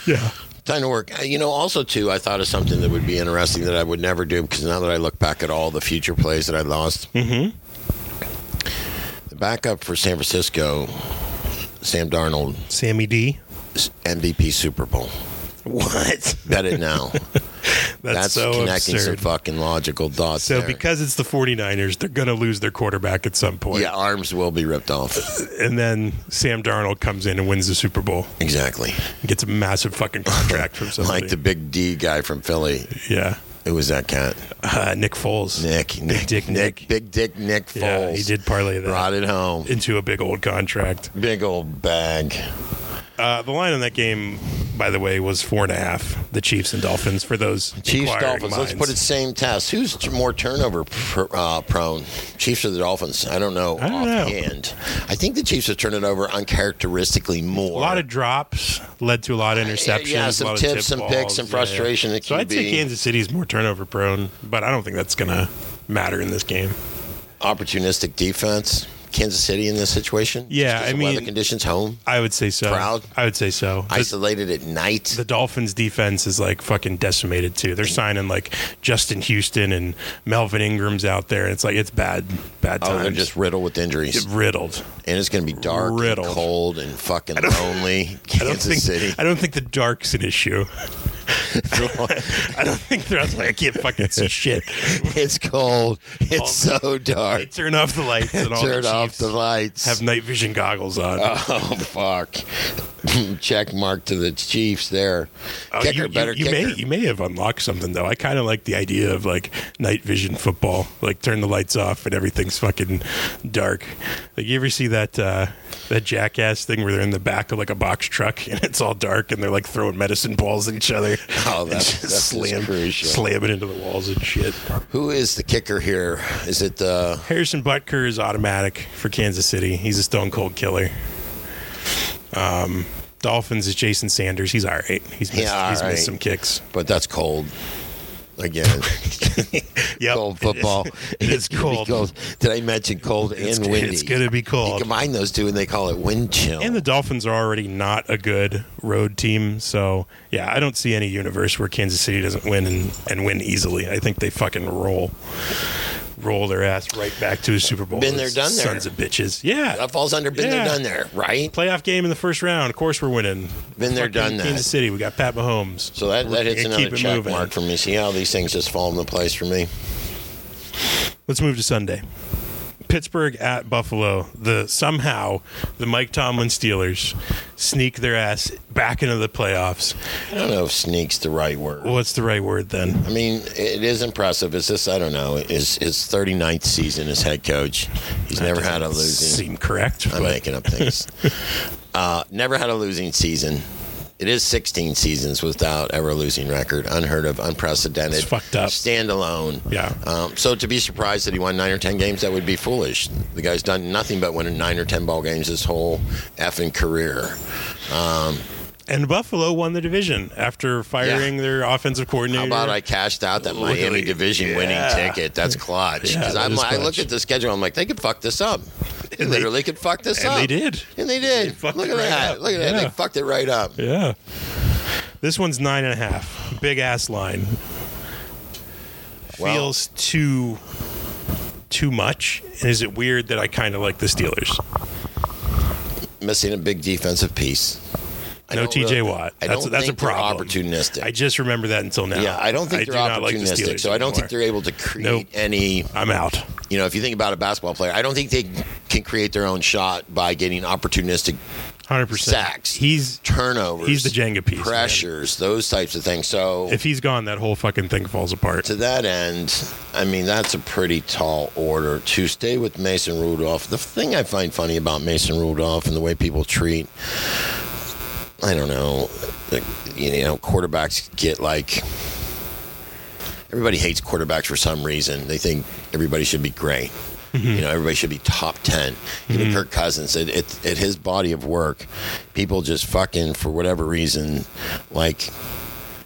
Speaker 2: Yeah.
Speaker 1: Time to work. Uh, You know, also too, I thought of something that would be interesting that I would never do because now that I look back at all the future plays that I lost, mm-hmm. the backup for San Francisco, Sam Darnold,
Speaker 2: Sammy D.
Speaker 1: s- MVP Super Bowl.
Speaker 2: What?
Speaker 1: Bet it now.
Speaker 2: That's,
Speaker 1: That's
Speaker 2: so
Speaker 1: connecting
Speaker 2: absurd.
Speaker 1: some fucking logical dots.
Speaker 2: so
Speaker 1: there.
Speaker 2: because it's the 49ers, they're going to lose their quarterback at some point.
Speaker 1: yeah, arms will be ripped off.
Speaker 2: And then Sam Darnold comes in and wins the Super Bowl
Speaker 1: exactly.
Speaker 2: and gets a massive fucking contract from somebody.
Speaker 1: Like the big D guy from Philly.
Speaker 2: yeah.
Speaker 1: Who was that cat?
Speaker 2: Uh, Nick Foles.
Speaker 1: Nick. Nick.
Speaker 2: Dick
Speaker 1: Nick.
Speaker 2: Nick.
Speaker 1: Big Dick Nick Foles.
Speaker 2: Yeah, he did parlay that
Speaker 1: Brought it home.
Speaker 2: into a big old contract.
Speaker 1: Big old bag.
Speaker 2: Uh, the line on that game, by the way, was four and a half. The Chiefs and Dolphins. For those
Speaker 1: Chiefs,
Speaker 2: inquiring
Speaker 1: Dolphins. Let's
Speaker 2: minds.
Speaker 1: put it same test. Who's t- more turnover pr- uh, prone? Chiefs or the Dolphins? I don't know
Speaker 2: I don't know.
Speaker 1: offhand. I think the Chiefs have turned it over uncharacteristically more.
Speaker 2: A lot of drops led to a lot of interceptions.
Speaker 1: Yeah, some
Speaker 2: a lot of
Speaker 1: tips,
Speaker 2: tip
Speaker 1: some
Speaker 2: balls.
Speaker 1: picks, some
Speaker 2: Yeah,
Speaker 1: frustration
Speaker 2: Yeah,
Speaker 1: at
Speaker 2: So I'd say
Speaker 1: QB.
Speaker 2: Kansas City's more turnover prone, but I don't think that's going to matter in this game.
Speaker 1: opportunistic defense. Kansas City in this situation.
Speaker 2: Yeah,
Speaker 1: Just 'cause
Speaker 2: I
Speaker 1: of weather
Speaker 2: mean-
Speaker 1: conditions, home,
Speaker 2: I would say so.
Speaker 1: Proud?
Speaker 2: I would say so. The-
Speaker 1: isolated at night.
Speaker 2: the Dolphins defense is like fucking decimated too. They're signing like Justin Houston and Melvin Ingram's out there. and It's like it's bad, bad
Speaker 1: oh,
Speaker 2: times.
Speaker 1: they're just riddled with injuries,
Speaker 2: riddled.
Speaker 1: and it's going to be dark, and
Speaker 2: riddled.
Speaker 1: cold, and fucking lonely.
Speaker 2: I don't
Speaker 1: Kansas
Speaker 2: think
Speaker 1: City.
Speaker 2: I don't think the dark's an issue. I don't think they're like I can't fucking see shit.
Speaker 1: it's cold. It's so dark.
Speaker 2: Turn off the lights and all.
Speaker 1: Turn
Speaker 2: the
Speaker 1: off
Speaker 2: Chiefs
Speaker 1: the lights.
Speaker 2: Have night vision goggles on.
Speaker 1: Oh fuck! Check mark to the Chiefs there.
Speaker 2: Oh,
Speaker 1: kicker,
Speaker 2: you,
Speaker 1: better
Speaker 2: you, you
Speaker 1: kicker.
Speaker 2: may you may have unlocked something though. I kind of like the idea of like night vision football. Like turn the lights off and everything's fucking dark. Like you ever see that uh, that jackass thing where they're in the back of like a box truck and it's all dark and they're like throwing medicine balls at each other.
Speaker 1: Oh, that's-
Speaker 2: And just
Speaker 1: that's
Speaker 2: slam
Speaker 1: crucial.
Speaker 2: slam it into the walls and shit.
Speaker 1: Who is the kicker here? Is it uh,
Speaker 2: Harrison Butker is automatic for Kansas City. He's a stone cold killer. Um, Dolphins is Jason Sanders. He's all right. He's missed,
Speaker 1: Yeah, all
Speaker 2: he's
Speaker 1: right.
Speaker 2: missed some kicks.
Speaker 1: But that's cold. Again,
Speaker 2: Yep.
Speaker 1: cold football.
Speaker 2: It is
Speaker 1: gonna be
Speaker 2: cold.
Speaker 1: Did I mention cold
Speaker 2: It's,
Speaker 1: and windy?
Speaker 2: it's going to be
Speaker 1: You
Speaker 2: cold.
Speaker 1: combine those two, and they call it wind chill.
Speaker 2: And the Dolphins are already not a good road team. So, yeah, I don't see any universe where Kansas City doesn't win and, and win easily. I think they fucking roll. Roll their ass right back to a Super Bowl.
Speaker 1: Been there, done there.
Speaker 2: Sons of bitches. Yeah.
Speaker 1: that falls under been there,
Speaker 2: Yeah.
Speaker 1: done there, right?
Speaker 2: playoff game in the first round. Of course, we're winning.
Speaker 1: Been there,
Speaker 2: Fucking
Speaker 1: done that.
Speaker 2: Kansas City. We got Pat Mahomes.
Speaker 1: So that, that hits
Speaker 2: Keep
Speaker 1: another
Speaker 2: it
Speaker 1: check
Speaker 2: moving.
Speaker 1: mark for me. See how these things just fall into place for me.
Speaker 2: Let's move to Sunday. Pittsburgh at Buffalo. The somehow the Mike Tomlin Steelers sneak their ass back into the playoffs.
Speaker 1: I don't know if sneaks the right word.
Speaker 2: What's the right word then?
Speaker 1: I mean, it is impressive. It's just, I don't know, his, his 39th season as head coach. He's never had a losing.
Speaker 2: Seem correct,
Speaker 1: I'm
Speaker 2: but
Speaker 1: making up things. uh, never had a losing season. It is 16 seasons without ever a losing record. Unheard of, unprecedented.
Speaker 2: It's fucked up.
Speaker 1: Standalone.
Speaker 2: Yeah.
Speaker 1: Um, so to be surprised that he won nine or 10 games, that would be foolish. The guy's done nothing but win nine or 10 ball games his whole effing career. Um,
Speaker 2: and Buffalo won the division after firing their offensive coordinator.
Speaker 1: How about I cashed out that
Speaker 2: Look at
Speaker 1: Miami
Speaker 2: the-
Speaker 1: division
Speaker 2: yeah.
Speaker 1: winning ticket? That's clutch.
Speaker 2: Yeah,
Speaker 1: Because
Speaker 2: that
Speaker 1: I'm
Speaker 2: is
Speaker 1: like, I looked
Speaker 2: clutch.
Speaker 1: at the schedule. I'm like, they could fuck this up. They
Speaker 2: And they-
Speaker 1: literally could fuck this
Speaker 2: and
Speaker 1: up.
Speaker 2: they did.
Speaker 1: And they did.
Speaker 2: fucked
Speaker 1: Look
Speaker 2: it
Speaker 1: at
Speaker 2: right
Speaker 1: that.
Speaker 2: up.
Speaker 1: Look at that. They
Speaker 2: Yeah.
Speaker 1: fucked it right up.
Speaker 2: Yeah. This one's nine and a half. Big ass line.
Speaker 1: Well-
Speaker 2: Feels too too much. And is it weird that I kind of like the Steelers?
Speaker 1: Missing a big defensive piece. I
Speaker 2: No
Speaker 1: don't
Speaker 2: TJ
Speaker 1: really-
Speaker 2: Watt.
Speaker 1: I
Speaker 2: That's
Speaker 1: don't
Speaker 2: that's
Speaker 1: think
Speaker 2: a
Speaker 1: they're
Speaker 2: problem.
Speaker 1: opportunistic.
Speaker 2: I just remember that until now.
Speaker 1: yeah, I don't think
Speaker 2: do
Speaker 1: they're
Speaker 2: not like the
Speaker 1: opportunistic.
Speaker 2: Steelers
Speaker 1: so I don't
Speaker 2: anymore.
Speaker 1: think they're able to create
Speaker 2: Nope.
Speaker 1: any.
Speaker 2: I'm out.
Speaker 1: You know, if you think about a basketball player, I don't think they can create their own shot by getting opportunistic
Speaker 2: Hundred percent.
Speaker 1: sacks.
Speaker 2: He's
Speaker 1: turnovers.
Speaker 2: he's the Jenga piece. man.
Speaker 1: pressures, those types of things. So
Speaker 2: If he's gone, that whole fucking thing falls apart.
Speaker 1: to that end, I mean that's a pretty tall order to stay with Mason Rudolph. The thing I find funny about Mason Rudolph and the way people treat I don't know, like, you know, quarterbacks get like everybody hates quarterbacks for some reason. They think everybody should be great. You know, everybody should be top ten. Even Kirk Cousins, at, at, at his body of work, people just fucking for whatever reason, like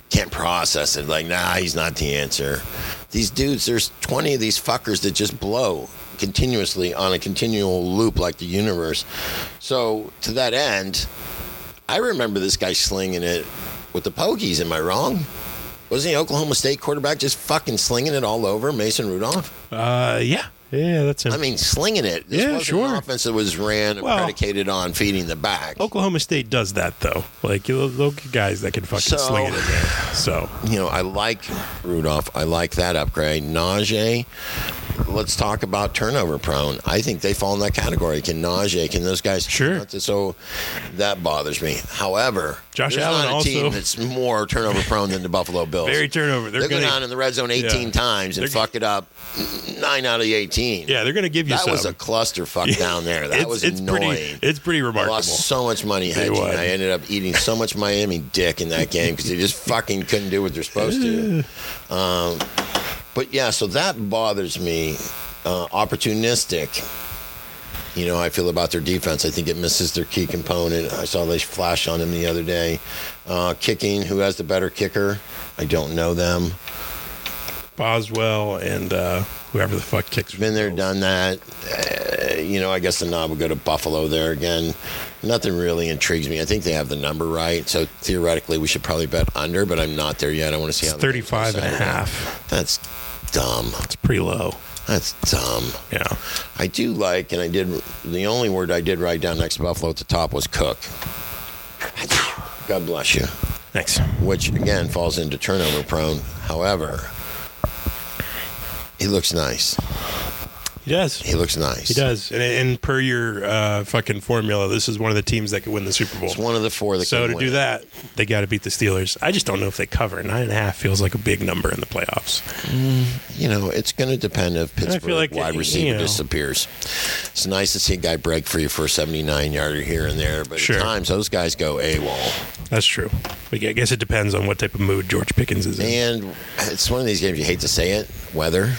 Speaker 1: can't process it. Like, nah, he's not the answer. These dudes, there's 20 of these fuckers that just blow continuously on a continual loop like the universe. So, to that end, I remember this guy slinging it with the Pokies. Am I wrong? Wasn't he Oklahoma State quarterback just fucking slinging it all over Mason Rudolph?
Speaker 2: Uh, yeah, Yeah, that's him.
Speaker 1: I mean, slinging it. This
Speaker 2: Yeah,
Speaker 1: wasn't
Speaker 2: sure.
Speaker 1: An offense that was ran
Speaker 2: Well-
Speaker 1: predicated on feeding the back.
Speaker 2: Oklahoma State does that though. Like you'll- they'll get guys that can
Speaker 1: So-
Speaker 2: fucking sling it in there. So
Speaker 1: you know, I like Rudolph. I like that upgrade. Najee, let's talk about turnover prone. I think they fall in that category. Can Najee, can those guys?
Speaker 2: Sure.
Speaker 1: So that bothers me. However,
Speaker 2: Josh
Speaker 1: there's
Speaker 2: Allen
Speaker 1: not a
Speaker 2: also-
Speaker 1: team that's more turnover prone than the Buffalo Bills.
Speaker 2: very turnover. They're,
Speaker 1: They're
Speaker 2: gonna,
Speaker 1: going down in the red zone 18
Speaker 2: Yeah.
Speaker 1: times and
Speaker 2: They're-
Speaker 1: fuck it up nine out of the 18.
Speaker 2: yeah, they're gonna give you
Speaker 1: That
Speaker 2: some.
Speaker 1: was a clusterfuck down there. That
Speaker 2: it's,
Speaker 1: was
Speaker 2: it's
Speaker 1: annoying.
Speaker 2: Pretty, it's pretty
Speaker 1: I
Speaker 2: remarkable.
Speaker 1: lost so much money hedging.
Speaker 2: was.
Speaker 1: I ended up eating so much Miami dick in that game because they just fucking couldn't do what they're supposed to. Um, but yeah, so that bothers me. Uh, opportunistic. You know, how I feel about their defense. I think it misses their key component. I saw they flash on him the other day. Uh, kicking, who has the better kicker? I don't know them.
Speaker 2: Boswell and uh, whoever the fuck kicks.
Speaker 1: Been there, done that. Uh, you know, I guess the knob will go to Buffalo there again. Nothing really intrigues me. I think they have the number right, so theoretically we should probably bet under, but I'm not there yet. I want to see
Speaker 2: It's
Speaker 1: how. the game's
Speaker 2: 35 and a
Speaker 1: decided.
Speaker 2: half.
Speaker 1: That's dumb.
Speaker 2: It's pretty low.
Speaker 1: That's dumb.
Speaker 2: Yeah.
Speaker 1: I do like, and I did. The only word I did write down next to Buffalo at the top was cook. God bless you.
Speaker 2: Thanks.
Speaker 1: Which again falls into turnover prone. However, he looks nice.
Speaker 2: He does.
Speaker 1: He looks nice.
Speaker 2: He does. And, and per your uh, fucking formula, this is one of the teams that could win the Super Bowl.
Speaker 1: It's one of the four that
Speaker 2: So
Speaker 1: can
Speaker 2: to
Speaker 1: win
Speaker 2: do
Speaker 1: it.
Speaker 2: that, they got to beat the Steelers. I just don't know if they cover. Nine and a half feels like a big number in the playoffs.
Speaker 1: You know, it's going to depend if
Speaker 2: feel
Speaker 1: Pittsburgh
Speaker 2: like,
Speaker 1: wide
Speaker 2: you
Speaker 1: receiver
Speaker 2: know.
Speaker 1: disappears. It's nice to see a guy break free for a 79 yarder here and there, but
Speaker 2: Sure.
Speaker 1: at times those guys go AWOL.
Speaker 2: That's true. But I guess it depends on what type of mood George Pickens is in.
Speaker 1: And it's one of these games you hate to say it weather.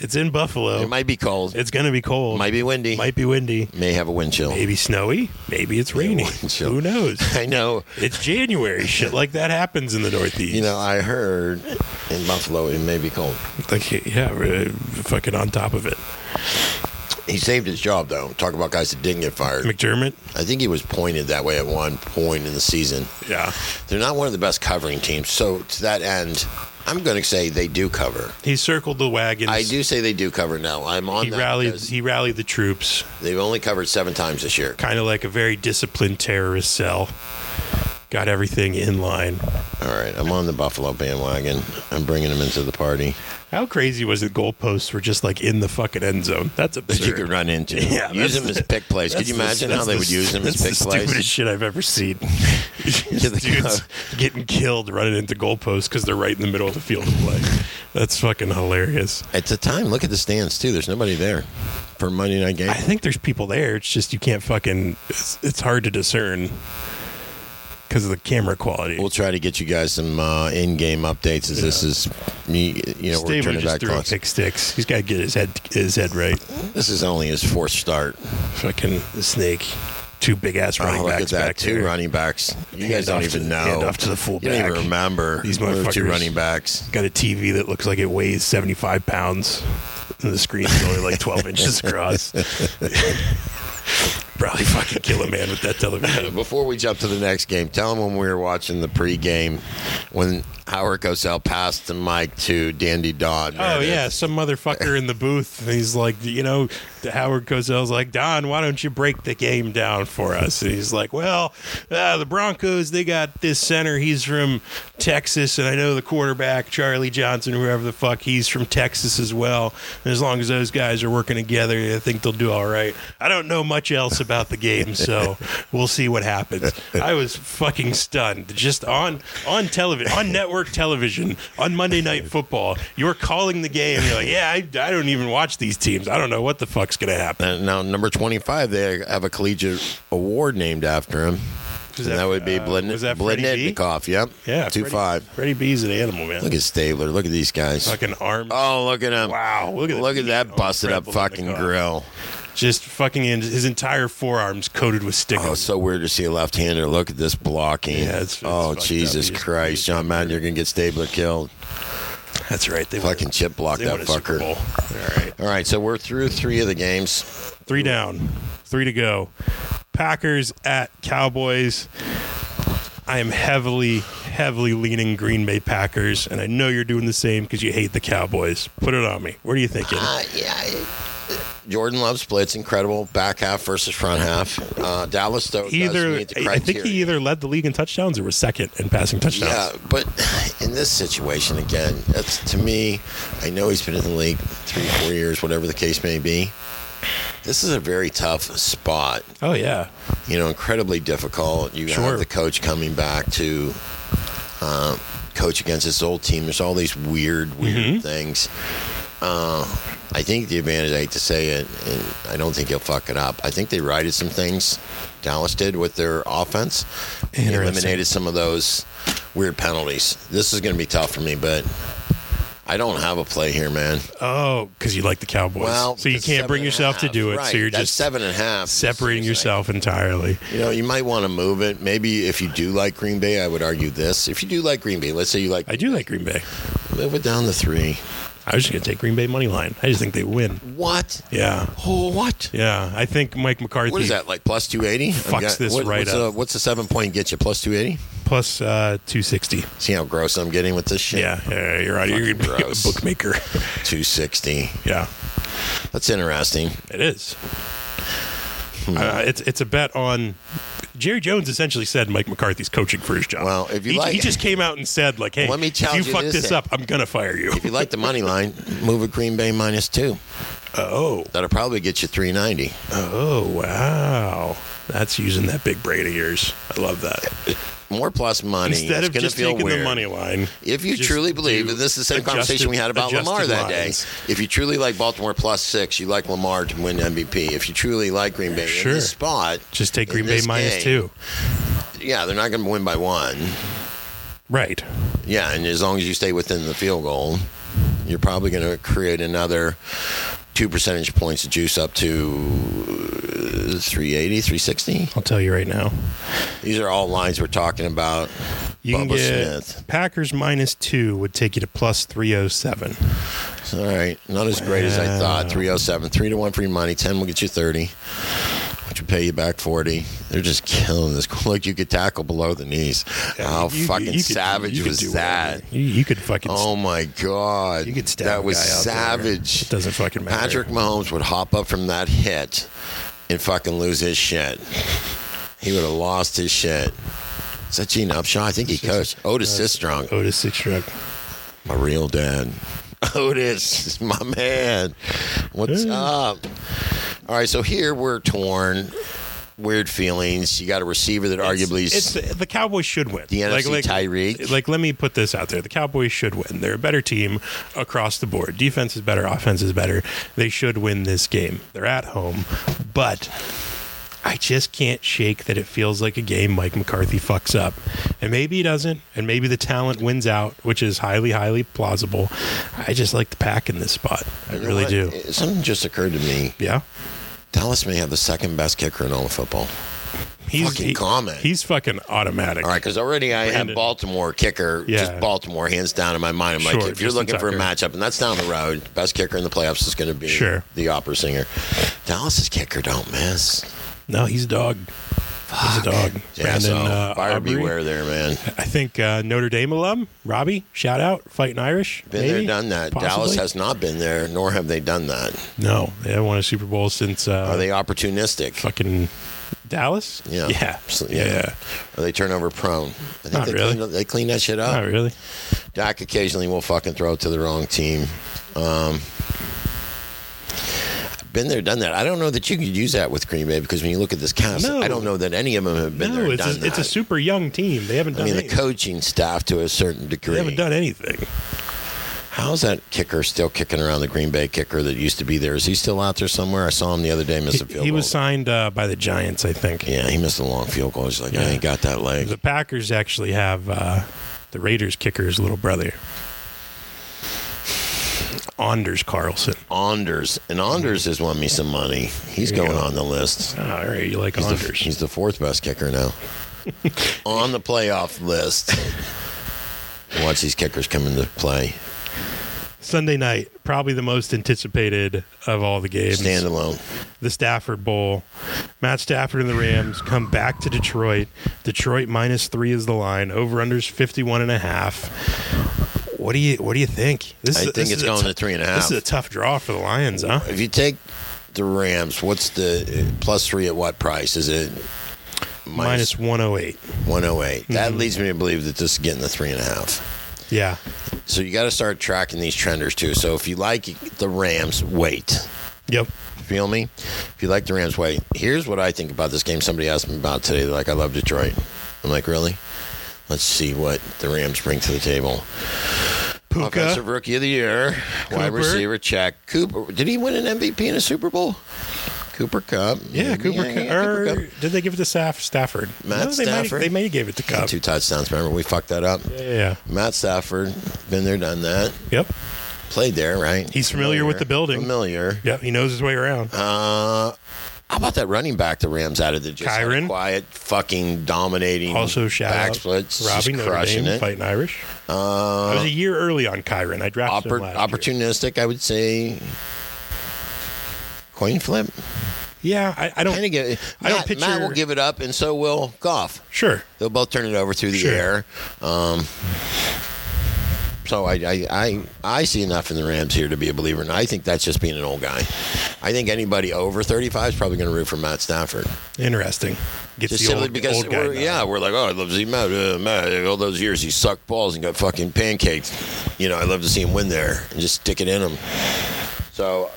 Speaker 2: It's in Buffalo.
Speaker 1: It might be cold,
Speaker 2: it's going to be cold.
Speaker 1: might be windy,
Speaker 2: Might be windy.
Speaker 1: may have a wind chill.
Speaker 2: Maybe snowy. Maybe it's rainy.
Speaker 1: wind chill.
Speaker 2: Who knows?
Speaker 1: I know.
Speaker 2: It's January. Shit like that happens in the Northeast.
Speaker 1: You know, I heard in Buffalo it may be cold.
Speaker 2: like yeah, we're fucking on top of it.
Speaker 1: He saved his job, though. Talk about guys that didn't get fired.
Speaker 2: McDermott.
Speaker 1: I think he was pointed that way at one point in the season.
Speaker 2: Yeah,
Speaker 1: They're not one of the best covering teams. So to that end, I'm going to say they do cover.
Speaker 2: he circled the wagons.
Speaker 1: I do say they do cover now. I'm on
Speaker 2: He
Speaker 1: that
Speaker 2: rallied.
Speaker 1: because
Speaker 2: He rallied the troops,
Speaker 1: They've only covered seven times this year.
Speaker 2: kind of like a very disciplined terrorist cell. Got everything in line.
Speaker 1: All right, I'm on the Buffalo bandwagon. I'm bringing them into the party.
Speaker 2: How crazy was the goalposts were just like in the fucking end zone? That's
Speaker 1: That you
Speaker 2: absurd.
Speaker 1: could run into.
Speaker 2: Yeah,
Speaker 1: use
Speaker 2: that's
Speaker 1: them
Speaker 2: the-
Speaker 1: as pick plays. Could you
Speaker 2: That's the-
Speaker 1: imagine how
Speaker 2: that's
Speaker 1: they
Speaker 2: the-
Speaker 1: would use them as
Speaker 2: That's the
Speaker 1: pick
Speaker 2: stupidest
Speaker 1: plays?
Speaker 2: shit I've ever seen.
Speaker 1: To the-
Speaker 2: Dudes getting killed running into goalposts because they're right in the middle of the field of play. That's fucking hilarious.
Speaker 1: At the time, look at the stands too. There's nobody there for Monday night game.
Speaker 2: I think there's people there. It's just you can't fucking. It's, it's hard to discern because of the camera quality.
Speaker 1: We'll try to get you guys some uh, in-game updates as this is me. You know, we're
Speaker 2: Stable
Speaker 1: turning
Speaker 2: just
Speaker 1: back
Speaker 2: threw a
Speaker 1: clocks.
Speaker 2: pick sticks. He's got to get his head his head right.
Speaker 1: This is only his fourth start.
Speaker 2: Fucking the snake. Two big ass running
Speaker 1: Oh, look at
Speaker 2: backs
Speaker 1: that.
Speaker 2: back
Speaker 1: Two
Speaker 2: there.
Speaker 1: running backs. You guys
Speaker 2: Hand off
Speaker 1: don't
Speaker 2: to
Speaker 1: even
Speaker 2: the-
Speaker 1: know.
Speaker 2: hand off to the
Speaker 1: You don't even
Speaker 2: fullback.
Speaker 1: remember.
Speaker 2: These
Speaker 1: Move Two
Speaker 2: motherfuckers.
Speaker 1: running backs.
Speaker 2: Got a TV that looks like it weighs 75 pounds, and the screen's only like 12 inches across. Probably fucking kill a man with that television.
Speaker 1: Before we jump to the next game, tell them when we were watching the pregame when Howard Cosell passed the mic to Dandy Dodd.
Speaker 2: Oh
Speaker 1: Meredith.
Speaker 2: yeah, some motherfucker in the booth. and He's like, you know, the Howard Cosell's like, Don, why don't you break the game down for us? And he's like, well, uh, the Broncos, they got this center. He's from Texas, and I know the quarterback Charlie Johnson, whoever the fuck, he's from Texas as well. And as long as those guys are working together, I think they'll do all right. I don't know much else about the game, so we'll see what happens. I was fucking stunned. Just on on television, on network television, on Monday Night Football, you're calling the game. You're like, yeah, I, I don't even watch these teams. I don't know what the fuck's gonna happen.
Speaker 1: And now number twenty-five, they have a collegiate award named after him.
Speaker 2: Was
Speaker 1: and
Speaker 2: that,
Speaker 1: that would be
Speaker 2: uh,
Speaker 1: Blin-
Speaker 2: was that Freddie B?
Speaker 1: Blednikoff. Yep.
Speaker 2: Yeah,
Speaker 1: Two
Speaker 2: Freddie-
Speaker 1: five.
Speaker 2: Freddie B's an animal, man.
Speaker 1: Look at Stabler. Look at these guys.
Speaker 2: fucking arm.
Speaker 1: Oh, look at him.
Speaker 2: Wow, look at Oh,
Speaker 1: Look at that busted up
Speaker 2: Fred
Speaker 1: fucking
Speaker 2: Blednikoff.
Speaker 1: grill.
Speaker 2: Just fucking his entire forearms coated with
Speaker 1: Oh,
Speaker 2: stickers.
Speaker 1: it's so weird to see a left-hander. Look at this blocking.
Speaker 2: Yeah, it's- it's
Speaker 1: oh,
Speaker 2: fucked up.
Speaker 1: Jesus
Speaker 2: He just-
Speaker 1: Christ, John Madden, you're gonna get Stabler killed.
Speaker 2: That's right. They
Speaker 1: Fucking chip block
Speaker 2: they
Speaker 1: that
Speaker 2: won a
Speaker 1: fucker.
Speaker 2: Super Bowl. All right.
Speaker 1: All right, so we're through three of the games.
Speaker 2: Three down, three to go. Packers at Cowboys. I am heavily, heavily leaning Green Bay Packers, and I know you're doing the same because you hate the Cowboys. Put it on me. What are you thinking?
Speaker 1: Uh, yeah. I- Jordan Love splits incredible back half versus front half. Uh, Dallas though does
Speaker 2: either
Speaker 1: meet the
Speaker 2: I I think
Speaker 1: criteria.
Speaker 2: he either led the league in touchdowns or was second in passing touchdowns.
Speaker 1: Yeah, but in this situation again, that's to me. I know he's been in the league three, four years, whatever the case may be. This is a very tough spot.
Speaker 2: Oh yeah,
Speaker 1: You know, incredibly difficult. You
Speaker 2: Sure.
Speaker 1: have the coach coming back to uh, coach against his old team. There's all these weird,
Speaker 2: Mm-hmm.
Speaker 1: weird things. Uh, I think the advantage, I hate to say it, and I don't think he'll fuck it up. I think they righted some things Dallas did with their offense. They
Speaker 2: Interesting.
Speaker 1: eliminated some of those weird penalties. This is going to be tough for me, but I don't have a play here, man.
Speaker 2: Oh, because you like the Cowboys,
Speaker 1: Well,
Speaker 2: so you
Speaker 1: it's
Speaker 2: can't
Speaker 1: seven
Speaker 2: bring
Speaker 1: and a
Speaker 2: yourself to
Speaker 1: half.
Speaker 2: do it.
Speaker 1: Right,
Speaker 2: So you're
Speaker 1: that's
Speaker 2: just
Speaker 1: seven and a half.
Speaker 2: separating
Speaker 1: Seriously.
Speaker 2: yourself entirely.
Speaker 1: You know, you might want to move it. Maybe if you do like Green Bay, I would argue this. If you do like Green Bay, let's say you like,
Speaker 2: I do like Green Bay.
Speaker 1: move it down to three.
Speaker 2: I was just gonna take Green Bay money line. I just think they win.
Speaker 1: What?
Speaker 2: Yeah,
Speaker 1: Oh, what?
Speaker 2: yeah. I think Mike McCarthy
Speaker 1: What is that like? Plus two eighty?
Speaker 2: Fucks this right
Speaker 1: what's
Speaker 2: up.
Speaker 1: The, what's the seven point get you? Plus two eighty?
Speaker 2: plus uh, two sixty.
Speaker 1: See how gross I'm getting with this shit.
Speaker 2: Yeah, yeah, you're out. You're gonna be a
Speaker 1: gross.
Speaker 2: bookmaker.
Speaker 1: two sixty.
Speaker 2: yeah,
Speaker 1: That's interesting.
Speaker 2: it is.
Speaker 1: Hmm.
Speaker 2: Uh, it's it's a bet on. Jerry Jones essentially said Mike McCarthy's coaching for his job.
Speaker 1: Well, if you
Speaker 2: he,
Speaker 1: like-
Speaker 2: he just came out and said like, "Hey,
Speaker 1: Let me
Speaker 2: if you,
Speaker 1: challenge you
Speaker 2: fuck
Speaker 1: to
Speaker 2: this,
Speaker 1: this thing.
Speaker 2: up, I'm gonna fire you."
Speaker 1: If you like the money line, move a Green Bay minus two.
Speaker 2: Oh,
Speaker 1: That'll probably get you three ninety.
Speaker 2: oh, wow! That's using that big brain of yours. I love that.
Speaker 1: More plus money.
Speaker 2: Instead
Speaker 1: It's
Speaker 2: of
Speaker 1: gonna
Speaker 2: just
Speaker 1: feel
Speaker 2: taking the
Speaker 1: weird.
Speaker 2: money line,
Speaker 1: If you
Speaker 2: just
Speaker 1: truly believe,
Speaker 2: do
Speaker 1: and this is the same
Speaker 2: adjusted-
Speaker 1: conversation we had about
Speaker 2: adjusted
Speaker 1: Lamar that
Speaker 2: lines.
Speaker 1: day. If you truly like Baltimore plus six, you like Lamar to win MVP. If you truly like Green Bay
Speaker 2: Sure.
Speaker 1: in this spot,
Speaker 2: Just take
Speaker 1: in
Speaker 2: Green Bay
Speaker 1: this game,
Speaker 2: minus two.
Speaker 1: Yeah, they're not going to win by one.
Speaker 2: Right.
Speaker 1: Yeah, and as long as you stay within the field goal, you're probably going to create another two percentage points of juice up to uh, 380, 360.
Speaker 2: I'll tell you right now.
Speaker 1: These are all lines we're talking about.
Speaker 2: You can
Speaker 1: Bubba
Speaker 2: get
Speaker 1: Smith.
Speaker 2: Packers minus two would take you to plus 307.
Speaker 1: All right, not as great as I
Speaker 2: Wow.
Speaker 1: thought. 307, 3 to 1 for your money. 10 will get you 30, which will pay you back 40. They're just killing this. Look, you could tackle below the knees. How
Speaker 2: You- you-
Speaker 1: fucking
Speaker 2: you could-
Speaker 1: savage
Speaker 2: you could do
Speaker 1: was that?
Speaker 2: whatever. You, you could fucking.
Speaker 1: Oh my God.
Speaker 2: You could stab a
Speaker 1: that was
Speaker 2: guy out there.
Speaker 1: savage.
Speaker 2: It doesn't fucking matter.
Speaker 1: Patrick Mahomes would hop up from that hit and fucking lose his shit. He would have lost his shit. Is that Gene Upshaw? I think he coached. Otis Sistrunk.
Speaker 2: Otis six truck.
Speaker 1: My real dad. Otis, is my man. What's
Speaker 2: Oh, Hey.
Speaker 1: up? All right, so here we're torn. Weird feelings. You got a receiver that arguably is
Speaker 2: it's the, the Cowboys should win.
Speaker 1: The NFC Tyreek.
Speaker 2: Like, let me put this out there: the Cowboys should win. They're a better team across the board. Defense is better, offense is better. They should win this game. They're at home, but I just can't shake that it feels like a game Mike McCarthy fucks up, and maybe he doesn't, and maybe the talent wins out, which is highly, highly plausible. I just like the pack in this spot. I
Speaker 1: You know
Speaker 2: really
Speaker 1: what?
Speaker 2: do.
Speaker 1: It- Something just occurred to me.
Speaker 2: yeah.
Speaker 1: Dallas may have the second best kicker in all of football.
Speaker 2: He's
Speaker 1: Fucking comment.
Speaker 2: He's fucking automatic.
Speaker 1: All right, because already I
Speaker 2: Brandon.
Speaker 1: have Baltimore kicker,
Speaker 2: Yeah.
Speaker 1: just Baltimore, hands down in my mind. I'm
Speaker 2: Sure,
Speaker 1: like, if you're
Speaker 2: Justin
Speaker 1: looking for a
Speaker 2: Tucker.
Speaker 1: matchup, and that's down the road, best kicker in the playoffs is going to be
Speaker 2: Sure.
Speaker 1: the opera singer. Dallas's kicker don't miss.
Speaker 2: No, he's a dog. He's a dog.
Speaker 1: Yeah, so buyer
Speaker 2: uh, Aubrey.
Speaker 1: beware there, man.
Speaker 2: I think uh, Notre Dame alum, Robbie, shout out, fighting Irish.
Speaker 1: Been
Speaker 2: maybe,
Speaker 1: there, done that. Dallas
Speaker 2: possibly.
Speaker 1: has not been there, nor have they done that.
Speaker 2: No, they haven't won a Super Bowl since uh,
Speaker 1: Are they opportunistic?
Speaker 2: fucking Dallas?
Speaker 1: Yeah.
Speaker 2: Yeah.
Speaker 1: So-
Speaker 2: yeah.
Speaker 1: yeah. Are they turnover prone? I think
Speaker 2: Not
Speaker 1: they,
Speaker 2: really.
Speaker 1: clean, they clean that shit up.
Speaker 2: Not really.
Speaker 1: Dak occasionally will fucking throw it to the wrong team. Um, been there, done that. I don't know that you could use that with Green Bay because when you look at this cast,
Speaker 2: No.
Speaker 1: I don't know that any of them have been
Speaker 2: No,
Speaker 1: there. and
Speaker 2: it's
Speaker 1: done
Speaker 2: a, it's a
Speaker 1: that.
Speaker 2: super young team. They haven't
Speaker 1: I
Speaker 2: done
Speaker 1: mean, the
Speaker 2: anything.
Speaker 1: coaching staff to a certain
Speaker 2: they
Speaker 1: degree.
Speaker 2: haven't done anything.
Speaker 1: How's that kicker still kicking around? The Green Bay kicker that used to be there is he still out there somewhere? I saw him the other day miss a
Speaker 2: He,
Speaker 1: field
Speaker 2: he
Speaker 1: goal.
Speaker 2: was signed uh, by the Giants, I think.
Speaker 1: yeah, he missed a long field goal. He's like,
Speaker 2: Yeah.
Speaker 1: I ain't got that leg.
Speaker 2: The Packers actually have uh, the Raiders kicker's little brother, Anders Carlson.
Speaker 1: Anders and Anders has won me some money. He's
Speaker 2: There you
Speaker 1: going
Speaker 2: go.
Speaker 1: on the list.
Speaker 2: All right, you like
Speaker 1: He's the,
Speaker 2: Anders?
Speaker 1: he's the fourth best kicker now on the playoff list. Watch these kickers come into play.
Speaker 2: Sunday night, probably the most anticipated of all the games.
Speaker 1: Standalone.
Speaker 2: the Stafford Bowl. Matt Stafford and the Rams come back to Detroit. Detroit minus three is the line. Over unders 51 and a half. What do you what do you think? This
Speaker 1: I
Speaker 2: is-
Speaker 1: think
Speaker 2: this
Speaker 1: it's
Speaker 2: is a
Speaker 1: going
Speaker 2: tou-
Speaker 1: to three and a
Speaker 2: This
Speaker 1: half.
Speaker 2: is a tough draw for the Lions, huh?
Speaker 1: If you take the Rams, what's the uh, plus three at what price? Is it
Speaker 2: Minus Mm-hmm. 108.
Speaker 1: 108? That leads me to believe that this is getting the three and a half.
Speaker 2: Yeah.
Speaker 1: So you got to start tracking these trenders too. So if you like the Rams, wait.
Speaker 2: Yep.
Speaker 1: Feel me? If you like the Rams, wait. Here's what I think about this game. Somebody asked me about today. They're like, I love Detroit. I'm like, really? Let's see what the Rams bring to the table. Offensive
Speaker 2: Puka.
Speaker 1: Rookie of the Year, wide
Speaker 2: Cooper.
Speaker 1: receiver, check Cooper. Did he win an MVP in a Super Bowl? Cooper Cup.
Speaker 2: Yeah, Cooper.
Speaker 1: yeah,
Speaker 2: Cup. Er,
Speaker 1: yeah, Cooper
Speaker 2: or did they give it to Staff, Stafford?
Speaker 1: Matt
Speaker 2: they
Speaker 1: Stafford.
Speaker 2: Might, they may have gave it to Cup.
Speaker 1: Cup. Two touchdowns. Remember, we fucked that up.
Speaker 2: Yeah, yeah.
Speaker 1: Matt Stafford, been there, done that.
Speaker 2: Yep.
Speaker 1: Played there, right?
Speaker 2: He's familiar with the building.
Speaker 1: Familiar.
Speaker 2: Yep. He knows his way around.
Speaker 1: Uh, how about that running back the Rams added? That just had a
Speaker 2: Kyron?
Speaker 1: quiet, fucking dominating.
Speaker 2: also, shout
Speaker 1: back
Speaker 2: out
Speaker 1: splits, Mm. just
Speaker 2: Robbie Notre
Speaker 1: crushing
Speaker 2: Dame,
Speaker 1: it.
Speaker 2: fighting Irish.
Speaker 1: Uh,
Speaker 2: I was a year early on Kyron. I drafted him
Speaker 1: oppor-
Speaker 2: last year.
Speaker 1: opportunistic, I would say. Coin flip.
Speaker 2: Yeah, I, I don't.
Speaker 1: Kind of get.
Speaker 2: I don't
Speaker 1: Matt,
Speaker 2: picture-
Speaker 1: Matt will give it up, and so will Goff.
Speaker 2: Sure.
Speaker 1: They'll both turn it over through the
Speaker 2: Sure.
Speaker 1: air. Um, so I, I I I see enough in the Rams here to be a believer, and I think that's just being an old guy. I think anybody over thirty five is probably going to root for Matt Stafford,
Speaker 2: Interesting. Gets
Speaker 1: just
Speaker 2: the
Speaker 1: simply
Speaker 2: old,
Speaker 1: because
Speaker 2: old guy
Speaker 1: we're,
Speaker 2: now.
Speaker 1: yeah we're like oh I love to see Matt, uh, Matt all those years he sucked balls and got fucking pancaked, you know I love to see him win there and just stick it in him. So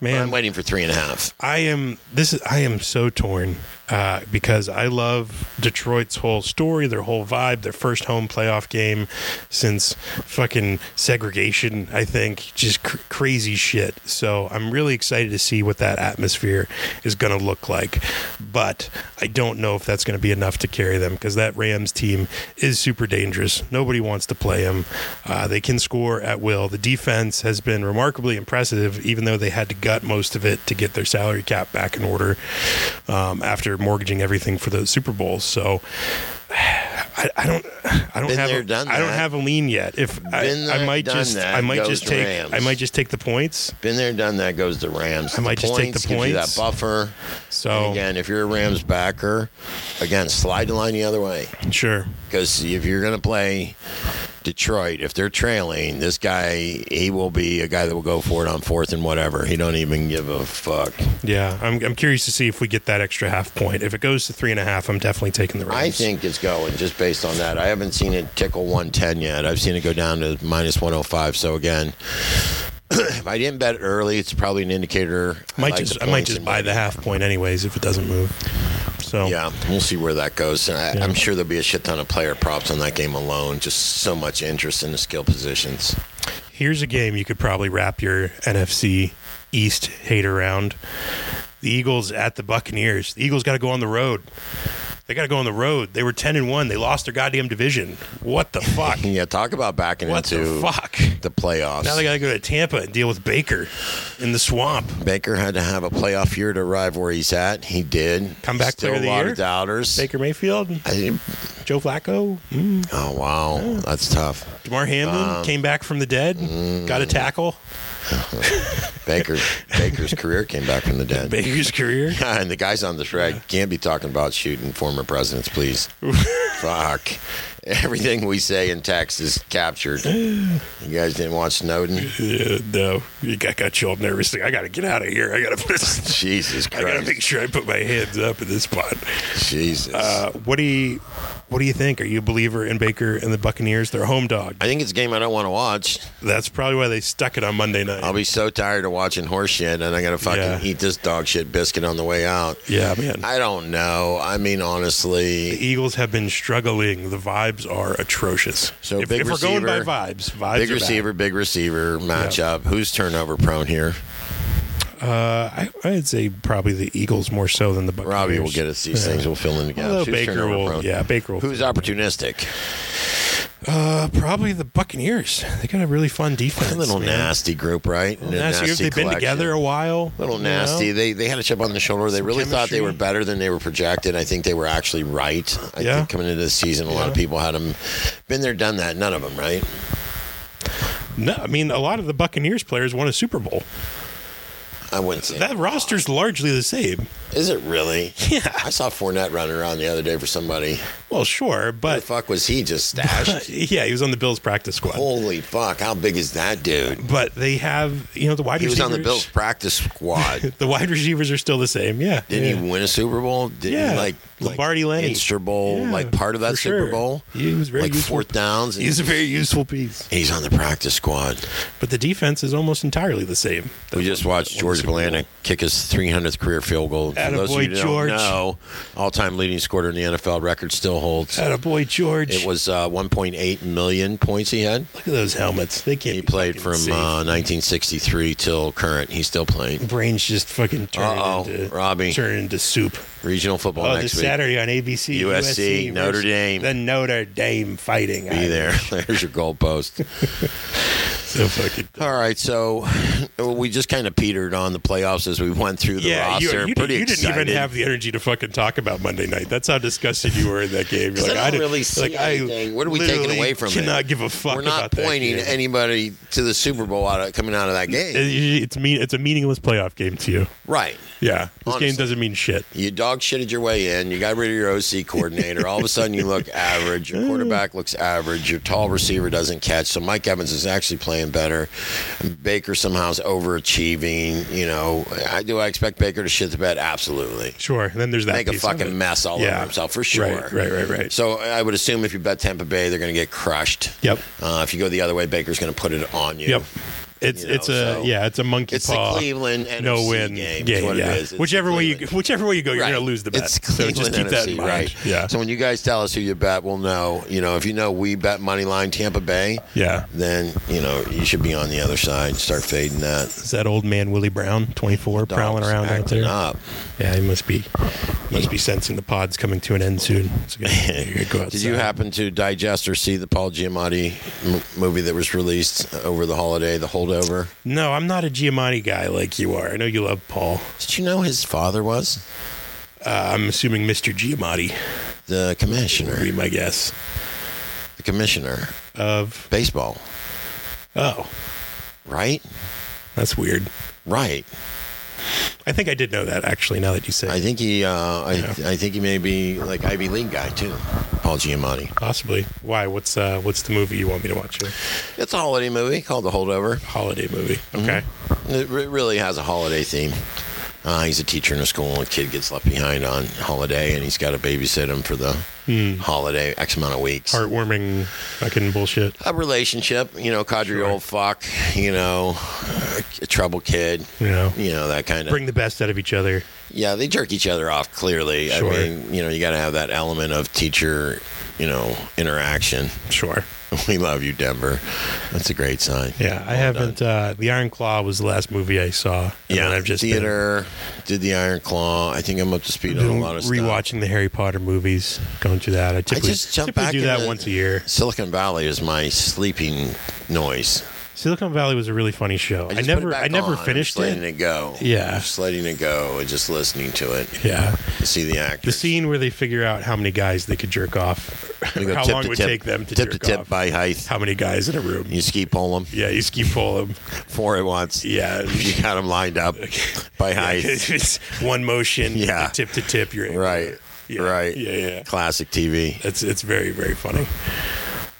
Speaker 2: Man.
Speaker 1: I'm waiting for three and a half.
Speaker 2: I am. This is. I am so torn uh, because I love Detroit's whole story, their whole vibe, their first home playoff game since fucking segregation. I think just cr- crazy shit. So I'm really excited to see what that atmosphere is going to look like, but I don't know if that's going to be enough to carry them because that Rams team is super dangerous. Nobody wants to play them. Uh, they can score at will. The defense has been remarkably impressive, even though they had to gut most of it to get their salary cap back in order um, after mortgaging everything for the Super Bowls. So. I, I don't. I don't
Speaker 1: Been
Speaker 2: have.
Speaker 1: there,
Speaker 2: a,
Speaker 1: done
Speaker 2: I don't
Speaker 1: that.
Speaker 2: have a lean yet. If I,
Speaker 1: Been there,
Speaker 2: I might
Speaker 1: done
Speaker 2: just.
Speaker 1: that,
Speaker 2: I might
Speaker 1: goes
Speaker 2: just take.
Speaker 1: Rams.
Speaker 2: I might just take the points.
Speaker 1: Been there, done that. Goes the Rams.
Speaker 2: I might
Speaker 1: The
Speaker 2: just take the
Speaker 1: gives you
Speaker 2: points.
Speaker 1: that buffer.
Speaker 2: So
Speaker 1: Again, if you're a Rams backer, again, slide the line the other way.
Speaker 2: sure.
Speaker 1: Because if you're going to play Detroit, if they're trailing, this guy, he will be a guy that will go for it on fourth and whatever. He don't even give a fuck.
Speaker 2: Yeah, I'm, I'm curious to see if we get that extra half point. If it goes to three and a half, I'm definitely taking the Rams.
Speaker 1: I think it's going just based on that. I haven't seen it tickle 110 yet. I've seen it go down to minus 105. So again, if I didn't bet early, it's probably an indicator. I
Speaker 2: might
Speaker 1: like
Speaker 2: just
Speaker 1: the
Speaker 2: I might
Speaker 1: points
Speaker 2: just
Speaker 1: and
Speaker 2: buy the half point anyways if it doesn't move. So
Speaker 1: Yeah, we'll see where that goes. And I, I'm sure there'll be a shit ton of player props on that game alone. Just so much interest in the skill positions.
Speaker 2: here's a game you could probably wrap your NFC East hate around. The Eagles at the Buccaneers. The Eagles got to go on the road. They got to go on the road. They were ten and one. They lost their goddamn division. What the fuck?
Speaker 1: Yeah, talk about backing
Speaker 2: what the
Speaker 1: into
Speaker 2: fuck?
Speaker 1: the playoffs.
Speaker 2: Now they got to go to Tampa and deal with Baker in the swamp.
Speaker 1: Baker had to have a playoff year to arrive where he's at. He did.
Speaker 2: Come back
Speaker 1: Still
Speaker 2: player of
Speaker 1: a
Speaker 2: the
Speaker 1: lot
Speaker 2: year?
Speaker 1: of doubters.
Speaker 2: Baker Mayfield,
Speaker 1: I-
Speaker 2: Joe Flacco.
Speaker 1: oh wow, that's tough.
Speaker 2: Damar Hamlin
Speaker 1: Um,
Speaker 2: came back from the dead, got a
Speaker 1: Mm.
Speaker 2: tackle.
Speaker 1: Baker Baker's career came back from the dead.
Speaker 2: Baker's career.
Speaker 1: and the guys on this rag can't be talking about shooting former presidents, please. Fuck. Everything we say in text is captured. You guys didn't watch Snowden?
Speaker 2: Yeah, no, you got got you all nervous. Like, I got to get out of here. I got to.
Speaker 1: Jesus
Speaker 2: I got to make
Speaker 1: Christ.
Speaker 2: sure I put my hands up in this spot.
Speaker 1: Jesus.
Speaker 2: Uh, what do you What do you think? Are you a believer in Baker and the Buccaneers? They're home dog.
Speaker 1: I think it's a game I don't want to watch.
Speaker 2: That's probably why they stuck it on Monday night.
Speaker 1: I'll be so tired of watching horse shit, and I gotta fucking
Speaker 2: Yeah.
Speaker 1: eat this dog shit biscuit on the way out.
Speaker 2: yeah, man.
Speaker 1: I don't know. I mean,
Speaker 2: the
Speaker 1: honestly,
Speaker 2: Eagles have been struggling. The vibes are atrocious.
Speaker 1: So
Speaker 2: if,
Speaker 1: big
Speaker 2: if we're going by
Speaker 1: receiver-
Speaker 2: vibes, vibes
Speaker 1: big
Speaker 2: are bad.
Speaker 1: receiver, big receiver matchup. Who's turnover prone here?
Speaker 2: Uh, I, I'd say probably the Eagles more so than the Buccaneers.
Speaker 1: Robbie will get us these
Speaker 2: Yeah.
Speaker 1: things. We'll fill in the gaps.
Speaker 2: Although
Speaker 1: Who's
Speaker 2: Baker
Speaker 1: turnover
Speaker 2: will,
Speaker 1: prone?
Speaker 2: yeah, Baker will.
Speaker 1: Who's opportunistic?
Speaker 2: Uh, probably the Buccaneers. They got a really fun defense.
Speaker 1: A little
Speaker 2: man.
Speaker 1: nasty group, right? And a
Speaker 2: Nasty. If They've been
Speaker 1: collection.
Speaker 2: together a while.
Speaker 1: little
Speaker 2: you
Speaker 1: nasty.
Speaker 2: know?
Speaker 1: They they had a chip on the shoulder. They really thought they
Speaker 2: chemistry.
Speaker 1: were better than they were projected. I think they were actually right. I
Speaker 2: Yeah.
Speaker 1: think coming into the season, a lot of
Speaker 2: Yeah.
Speaker 1: people had them been there, done that. None of them, right?
Speaker 2: No, I mean a lot of the Buccaneers players won a Super Bowl.
Speaker 1: I wouldn't say
Speaker 2: That roster's largely the same.
Speaker 1: Is it really?
Speaker 2: Yeah.
Speaker 1: I saw Fournette running around the other day for somebody.
Speaker 2: Well, sure,
Speaker 1: The
Speaker 2: but
Speaker 1: fuck was he just stashed?
Speaker 2: yeah, he was on the Bills practice squad.
Speaker 1: Holy fuck! How big is that dude?
Speaker 2: But they have, you know, the wide
Speaker 1: He was
Speaker 2: receivers.
Speaker 1: on the Bills practice squad.
Speaker 2: The wide receivers are still the same. Yeah.
Speaker 1: Didn't
Speaker 2: yeah.
Speaker 1: he win a Super Bowl? Didn't
Speaker 2: Yeah.
Speaker 1: he like, like
Speaker 2: Lombardi Lenny.
Speaker 1: Inster Bowl,
Speaker 2: Yeah,
Speaker 1: like part of that
Speaker 2: for
Speaker 1: Super
Speaker 2: sure.
Speaker 1: Bowl?
Speaker 2: He was very
Speaker 1: like
Speaker 2: useful.
Speaker 1: fourth downs. and
Speaker 2: He's a very useful piece.
Speaker 1: he's on the practice squad.
Speaker 2: But the defense is almost entirely the same.
Speaker 1: We just watched George Blanda kick his 300th career field goal. For those of
Speaker 2: Attaboy,
Speaker 1: you who don't
Speaker 2: George.
Speaker 1: know, all-time leading scorer in the NFL record still holds.
Speaker 2: That boy George.
Speaker 1: It was uh, 1.8 million points he had.
Speaker 2: Look at those helmets. They can't.
Speaker 1: He
Speaker 2: be
Speaker 1: played
Speaker 2: fucking
Speaker 1: from
Speaker 2: safe.
Speaker 1: uh, 1963 till current. He's still playing.
Speaker 2: Brains just fucking turn
Speaker 1: Uh-oh,
Speaker 2: into
Speaker 1: Robbie.
Speaker 2: turn into soup.
Speaker 1: Regional football
Speaker 2: Oh, this
Speaker 1: next week.
Speaker 2: Saturday on ABC,
Speaker 1: USC,
Speaker 2: versus
Speaker 1: Notre Dame.
Speaker 2: the Notre Dame fighting.
Speaker 1: Be there. There's your goalpost.
Speaker 2: So fucking.
Speaker 1: All right, so we just kind of petered on the playoffs as we went through the
Speaker 2: Yeah, you,
Speaker 1: roster.
Speaker 2: you,
Speaker 1: Pretty
Speaker 2: you didn't
Speaker 1: excited.
Speaker 2: even have the energy to fucking talk about Monday night. That's how disgusted you were in that game. You're
Speaker 1: 'Cause
Speaker 2: like,
Speaker 1: I don't
Speaker 2: didn't-
Speaker 1: really see
Speaker 2: like,
Speaker 1: anything. What are we
Speaker 2: literally
Speaker 1: taking away from it?
Speaker 2: Cannot give a fuck.
Speaker 1: We're not
Speaker 2: about that
Speaker 1: pointing
Speaker 2: game.
Speaker 1: anybody to the Super Bowl out of, coming out of that game,
Speaker 2: It- It's mean. It's a meaningless playoff game to you.
Speaker 1: right?
Speaker 2: Yeah, this
Speaker 1: Honestly.
Speaker 2: game doesn't mean shit.
Speaker 1: You dog shitted your way in. You got rid of your OC coordinator. All of a sudden, you look average. Your quarterback looks average. Your tall receiver doesn't catch. So Mike Evans is actually playing better. Baker somehow's overachieving. You know, I do. I expect Baker to shit the bed. Absolutely.
Speaker 2: Sure. And then there's that.
Speaker 1: make a
Speaker 2: piece of it.
Speaker 1: fucking mess all
Speaker 2: Yeah.
Speaker 1: over himself for sure.
Speaker 2: Right, right, right, right.
Speaker 1: So I would assume if you bet Tampa Bay, they're going to get crushed.
Speaker 2: Yep.
Speaker 1: Uh, if you go the other way, Baker's going to put it on you.
Speaker 2: Yep. It's
Speaker 1: You know,
Speaker 2: it's a
Speaker 1: so-
Speaker 2: yeah. It's a monkey
Speaker 1: It's the
Speaker 2: paw.
Speaker 1: Cleveland NFC
Speaker 2: no win
Speaker 1: game.
Speaker 2: game,
Speaker 1: is what
Speaker 2: yeah.
Speaker 1: it is. It's
Speaker 2: whichever
Speaker 1: the
Speaker 2: way you
Speaker 1: Cleveland-
Speaker 2: whichever way you go, you're
Speaker 1: Right.
Speaker 2: gonna lose the bet.
Speaker 1: It's
Speaker 2: so
Speaker 1: Cleveland
Speaker 2: just keep
Speaker 1: NFC,
Speaker 2: that in mind.
Speaker 1: right?
Speaker 2: Yeah.
Speaker 1: So when you guys tell us who you bet, we'll know. You know, if you know we bet money line Tampa Bay,
Speaker 2: yeah.
Speaker 1: then you know you should be on the other side. Start fading that.
Speaker 2: Is that old man Willie Brown, 24, prowling
Speaker 1: Dogs
Speaker 2: around out
Speaker 1: acting
Speaker 2: there?
Speaker 1: Up.
Speaker 2: Yeah, he must be must be sensing the pod's coming to an end soon. So you gotta- you gotta go
Speaker 1: Did you
Speaker 2: outside.
Speaker 1: happen to digest or see the Paul Giamatti m- movie that was released over the holiday, The Holdover?
Speaker 2: No, I'm not a Giamatti guy like you are. I know you love Paul.
Speaker 1: Did you know his father was
Speaker 2: Uh, I'm assuming Mr. Giamatti
Speaker 1: the
Speaker 2: would
Speaker 1: commissioner?
Speaker 2: be my guess
Speaker 1: The commissioner,
Speaker 2: of.
Speaker 1: baseball,
Speaker 2: Oh,
Speaker 1: right?
Speaker 2: that's weird.
Speaker 1: Right.
Speaker 2: I think I did know that actually. Now that you say,
Speaker 1: I
Speaker 2: it.
Speaker 1: think he. Uh, I, I think he may be like Ivy League guy too. Paul Giamatti.
Speaker 2: possibly. Why? What's uh, what's the movie you want me to watch? here?
Speaker 1: It's a holiday movie called The Holdover.
Speaker 2: Holiday movie.
Speaker 1: Mm-hmm.
Speaker 2: Okay.
Speaker 1: It re- really has a holiday theme. Uh, he's a teacher in a school, and a kid gets left behind on holiday, and he's got to babysit him for the
Speaker 2: Hmm.
Speaker 1: holiday X amount of weeks.
Speaker 2: Heartwarming, fucking bullshit.
Speaker 1: a relationship, you know, cadre old fuck, you know, a trouble kid,
Speaker 2: You know,
Speaker 1: you know, that kind of.
Speaker 2: bring the best out of each other.
Speaker 1: yeah, they jerk each other off, clearly.
Speaker 2: Sure.
Speaker 1: I mean, you know, you got to have that element of teacher, you know, interaction.
Speaker 2: Sure.
Speaker 1: We love you, Denver. That's a great sign.
Speaker 2: Yeah, I haven't. Uh, the Iron Claw was the last movie I saw. and then I've just been
Speaker 1: theater did the Iron Claw. I think I'm up to speed on a
Speaker 2: doing-
Speaker 1: lot of
Speaker 2: rewatching the Harry Potter movies, going through that. I typically,
Speaker 1: just jump
Speaker 2: typically
Speaker 1: back
Speaker 2: do that
Speaker 1: into-
Speaker 2: once a year.
Speaker 1: stuff. Silicon Valley is my sleeping noise.
Speaker 2: Silicon Valley was a really funny show. I,
Speaker 1: just put
Speaker 2: never,
Speaker 1: back
Speaker 2: I never
Speaker 1: on. I'm
Speaker 2: finished
Speaker 1: just letting
Speaker 2: it.
Speaker 1: it go.
Speaker 2: Yeah.
Speaker 1: just letting it go and just listening to it.
Speaker 2: Yeah,
Speaker 1: to see the actors.
Speaker 2: the scene where they figure out how many guys they could jerk off,
Speaker 1: You go
Speaker 2: how
Speaker 1: tip
Speaker 2: long
Speaker 1: to
Speaker 2: it would
Speaker 1: tip,
Speaker 2: take them to
Speaker 1: tip
Speaker 2: jerk
Speaker 1: to tip
Speaker 2: off,
Speaker 1: by height.
Speaker 2: how many guys in a room.
Speaker 1: You ski pole them
Speaker 2: Yeah, you ski pull them.
Speaker 1: four at once.
Speaker 2: Yeah.
Speaker 1: You got them lined up by height.
Speaker 2: it's one motion.
Speaker 1: Yeah.
Speaker 2: tip to tip. You're in.
Speaker 1: Right.
Speaker 2: Yeah,
Speaker 1: Right.
Speaker 2: Yeah, yeah.
Speaker 1: Classic TV.
Speaker 2: It's it's very very funny.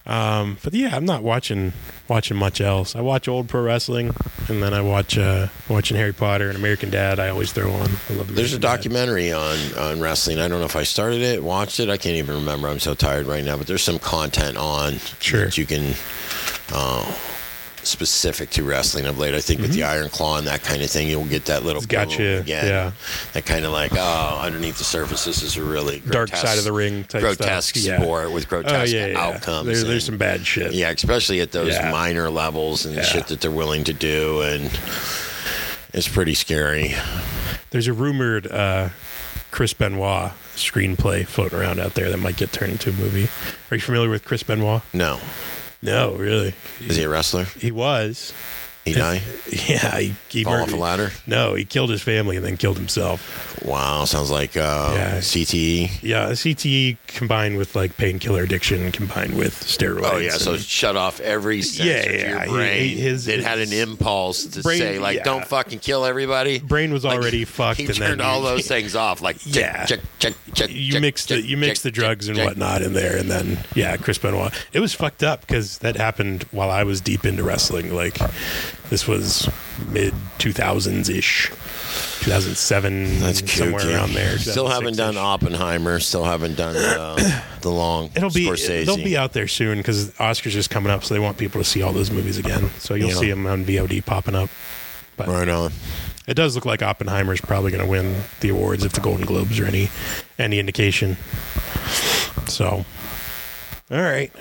Speaker 2: Um, but yeah, I'm not watching watching much else. I watch old pro wrestling, and then I watch uh, watching Harry Potter and American Dad. I always throw on. I love.
Speaker 1: There's a
Speaker 2: American Dad.
Speaker 1: documentary on, on wrestling. I don't know if I started it, watched it. I can't even remember. I'm so tired right now. But there's some content on
Speaker 2: Sure.
Speaker 1: that you can, uh, specific to wrestling of late. I think with the Iron Claw and that kind of thing, you'll get that little
Speaker 2: got
Speaker 1: boom
Speaker 2: you,
Speaker 1: again.
Speaker 2: Mm-hmm. yeah.
Speaker 1: That kind of like oh, underneath the surface, this is a really
Speaker 2: Dark
Speaker 1: grotesque-
Speaker 2: side of the ring type
Speaker 1: grotesque
Speaker 2: stuff.
Speaker 1: sport with grotesque
Speaker 2: oh, yeah, yeah, yeah.
Speaker 1: outcomes.
Speaker 2: There,
Speaker 1: and-
Speaker 2: there's some bad shit.
Speaker 1: Yeah, especially at those
Speaker 2: Yeah.
Speaker 1: minor levels and
Speaker 2: Yeah.
Speaker 1: shit that they're willing to do, and it's pretty scary.
Speaker 2: There's a rumored uh, Chris Benoit screenplay floating around out there that might get turned into a movie. Are you familiar with Chris Benoit?
Speaker 1: No,
Speaker 2: No, really.
Speaker 1: is he a wrestler?
Speaker 2: He was.
Speaker 1: He died?
Speaker 2: Yeah, he, he
Speaker 1: Fall off
Speaker 2: murdered-
Speaker 1: a ladder?
Speaker 2: No, he killed his family and then killed himself.
Speaker 1: Wow, sounds like uh,
Speaker 2: Yeah.
Speaker 1: CTE.
Speaker 2: Yeah, CTE combined with like painkiller addiction combined with steroids.
Speaker 1: Oh yeah, so
Speaker 2: and-
Speaker 1: shut off every sense
Speaker 2: Yeah,
Speaker 1: of
Speaker 2: yeah,
Speaker 1: your
Speaker 2: he-
Speaker 1: brain.
Speaker 2: he- his-
Speaker 1: it had an
Speaker 2: his
Speaker 1: impulse to
Speaker 2: brain-
Speaker 1: say like,
Speaker 2: yeah.
Speaker 1: "Don't fucking kill everybody."
Speaker 2: brain was
Speaker 1: Like,
Speaker 2: already fucked.
Speaker 1: He
Speaker 2: and
Speaker 1: turned
Speaker 2: then
Speaker 1: all
Speaker 2: you-
Speaker 1: those things off. Like, check,
Speaker 2: Yeah.
Speaker 1: check, check, check.
Speaker 2: You
Speaker 1: check,
Speaker 2: mix the
Speaker 1: check,
Speaker 2: you mix
Speaker 1: check,
Speaker 2: the drugs and
Speaker 1: check.
Speaker 2: whatnot in there, and then yeah, Chris Benoit. It was fucked up because that happened while I was deep into wrestling. Like this was mid two thousands ish, two thousand seven.
Speaker 1: That's cute.
Speaker 2: somewhere
Speaker 1: yeah.
Speaker 2: around there.
Speaker 1: Still haven't
Speaker 2: 2006-ish.
Speaker 1: done Oppenheimer. Still haven't done uh, the long.
Speaker 2: It'll be
Speaker 1: Scorsese.
Speaker 2: they'll be out there soon because Oscars is coming up, so they want people to see all those movies again. So you'll
Speaker 1: Yeah.
Speaker 2: 'em see them on VOD popping up.
Speaker 1: right on.
Speaker 2: It does look like Oppenheimer's probably going to win the awards if the Golden Globes are any any indication. So, all right,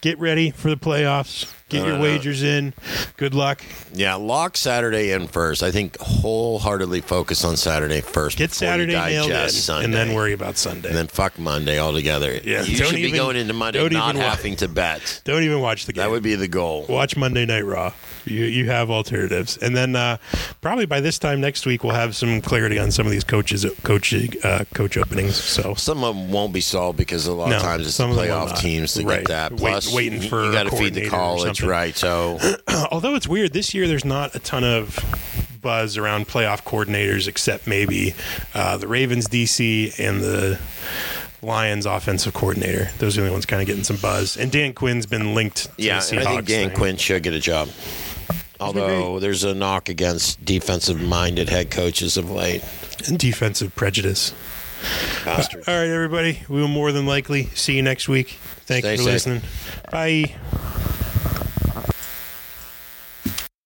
Speaker 2: get ready for the playoffs. Get your
Speaker 1: Alright,
Speaker 2: wagers in. Good luck.
Speaker 1: Yeah, lock Saturday in first. I think wholeheartedly focus on Saturday first.
Speaker 2: Get
Speaker 1: before you
Speaker 2: Saturday nailed in,
Speaker 1: digest
Speaker 2: and
Speaker 1: Sunday.
Speaker 2: then worry about Sunday.
Speaker 1: and then fuck Monday altogether.
Speaker 2: Yeah,
Speaker 1: you
Speaker 2: don't
Speaker 1: should be
Speaker 2: even-
Speaker 1: going into Monday
Speaker 2: don't
Speaker 1: not
Speaker 2: even wa-
Speaker 1: having to bet.
Speaker 2: Don't even watch the game.
Speaker 1: That would be the goal.
Speaker 2: watch Monday Night Raw. You you have alternatives, and then uh, probably by this time next week we'll have some clarity on some of these coaches coach uh, coach openings. So
Speaker 1: Some of them won't be solved because a lot
Speaker 2: No,
Speaker 1: of times it's the
Speaker 2: some of them will
Speaker 1: playoff
Speaker 2: not.
Speaker 1: teams to
Speaker 2: Right.
Speaker 1: get that.
Speaker 2: Wait-
Speaker 1: Plus,
Speaker 2: waiting
Speaker 1: you-
Speaker 2: for
Speaker 1: you
Speaker 2: a
Speaker 1: gotta feed
Speaker 2: coordinator
Speaker 1: the
Speaker 2: or
Speaker 1: college,
Speaker 2: something.
Speaker 1: right? So
Speaker 2: although it's weird this year, there's not a ton of buzz around playoff coordinators except maybe uh, the Ravens DC and the. Lions offensive coordinator. Those are the only ones kind of getting some buzz. And Dan Quinn's been linked. To
Speaker 1: yeah,
Speaker 2: the
Speaker 1: and I
Speaker 2: Seahawks
Speaker 1: think Dan
Speaker 2: thing.
Speaker 1: Quinn should get a job. Although there's a knock against defensive-minded head coaches of late.
Speaker 2: and defensive prejudice.
Speaker 1: Bastard.
Speaker 2: All right, everybody. We will more than likely see you next week. Thank
Speaker 1: Stay
Speaker 2: you for
Speaker 1: safe.
Speaker 2: listening. Bye.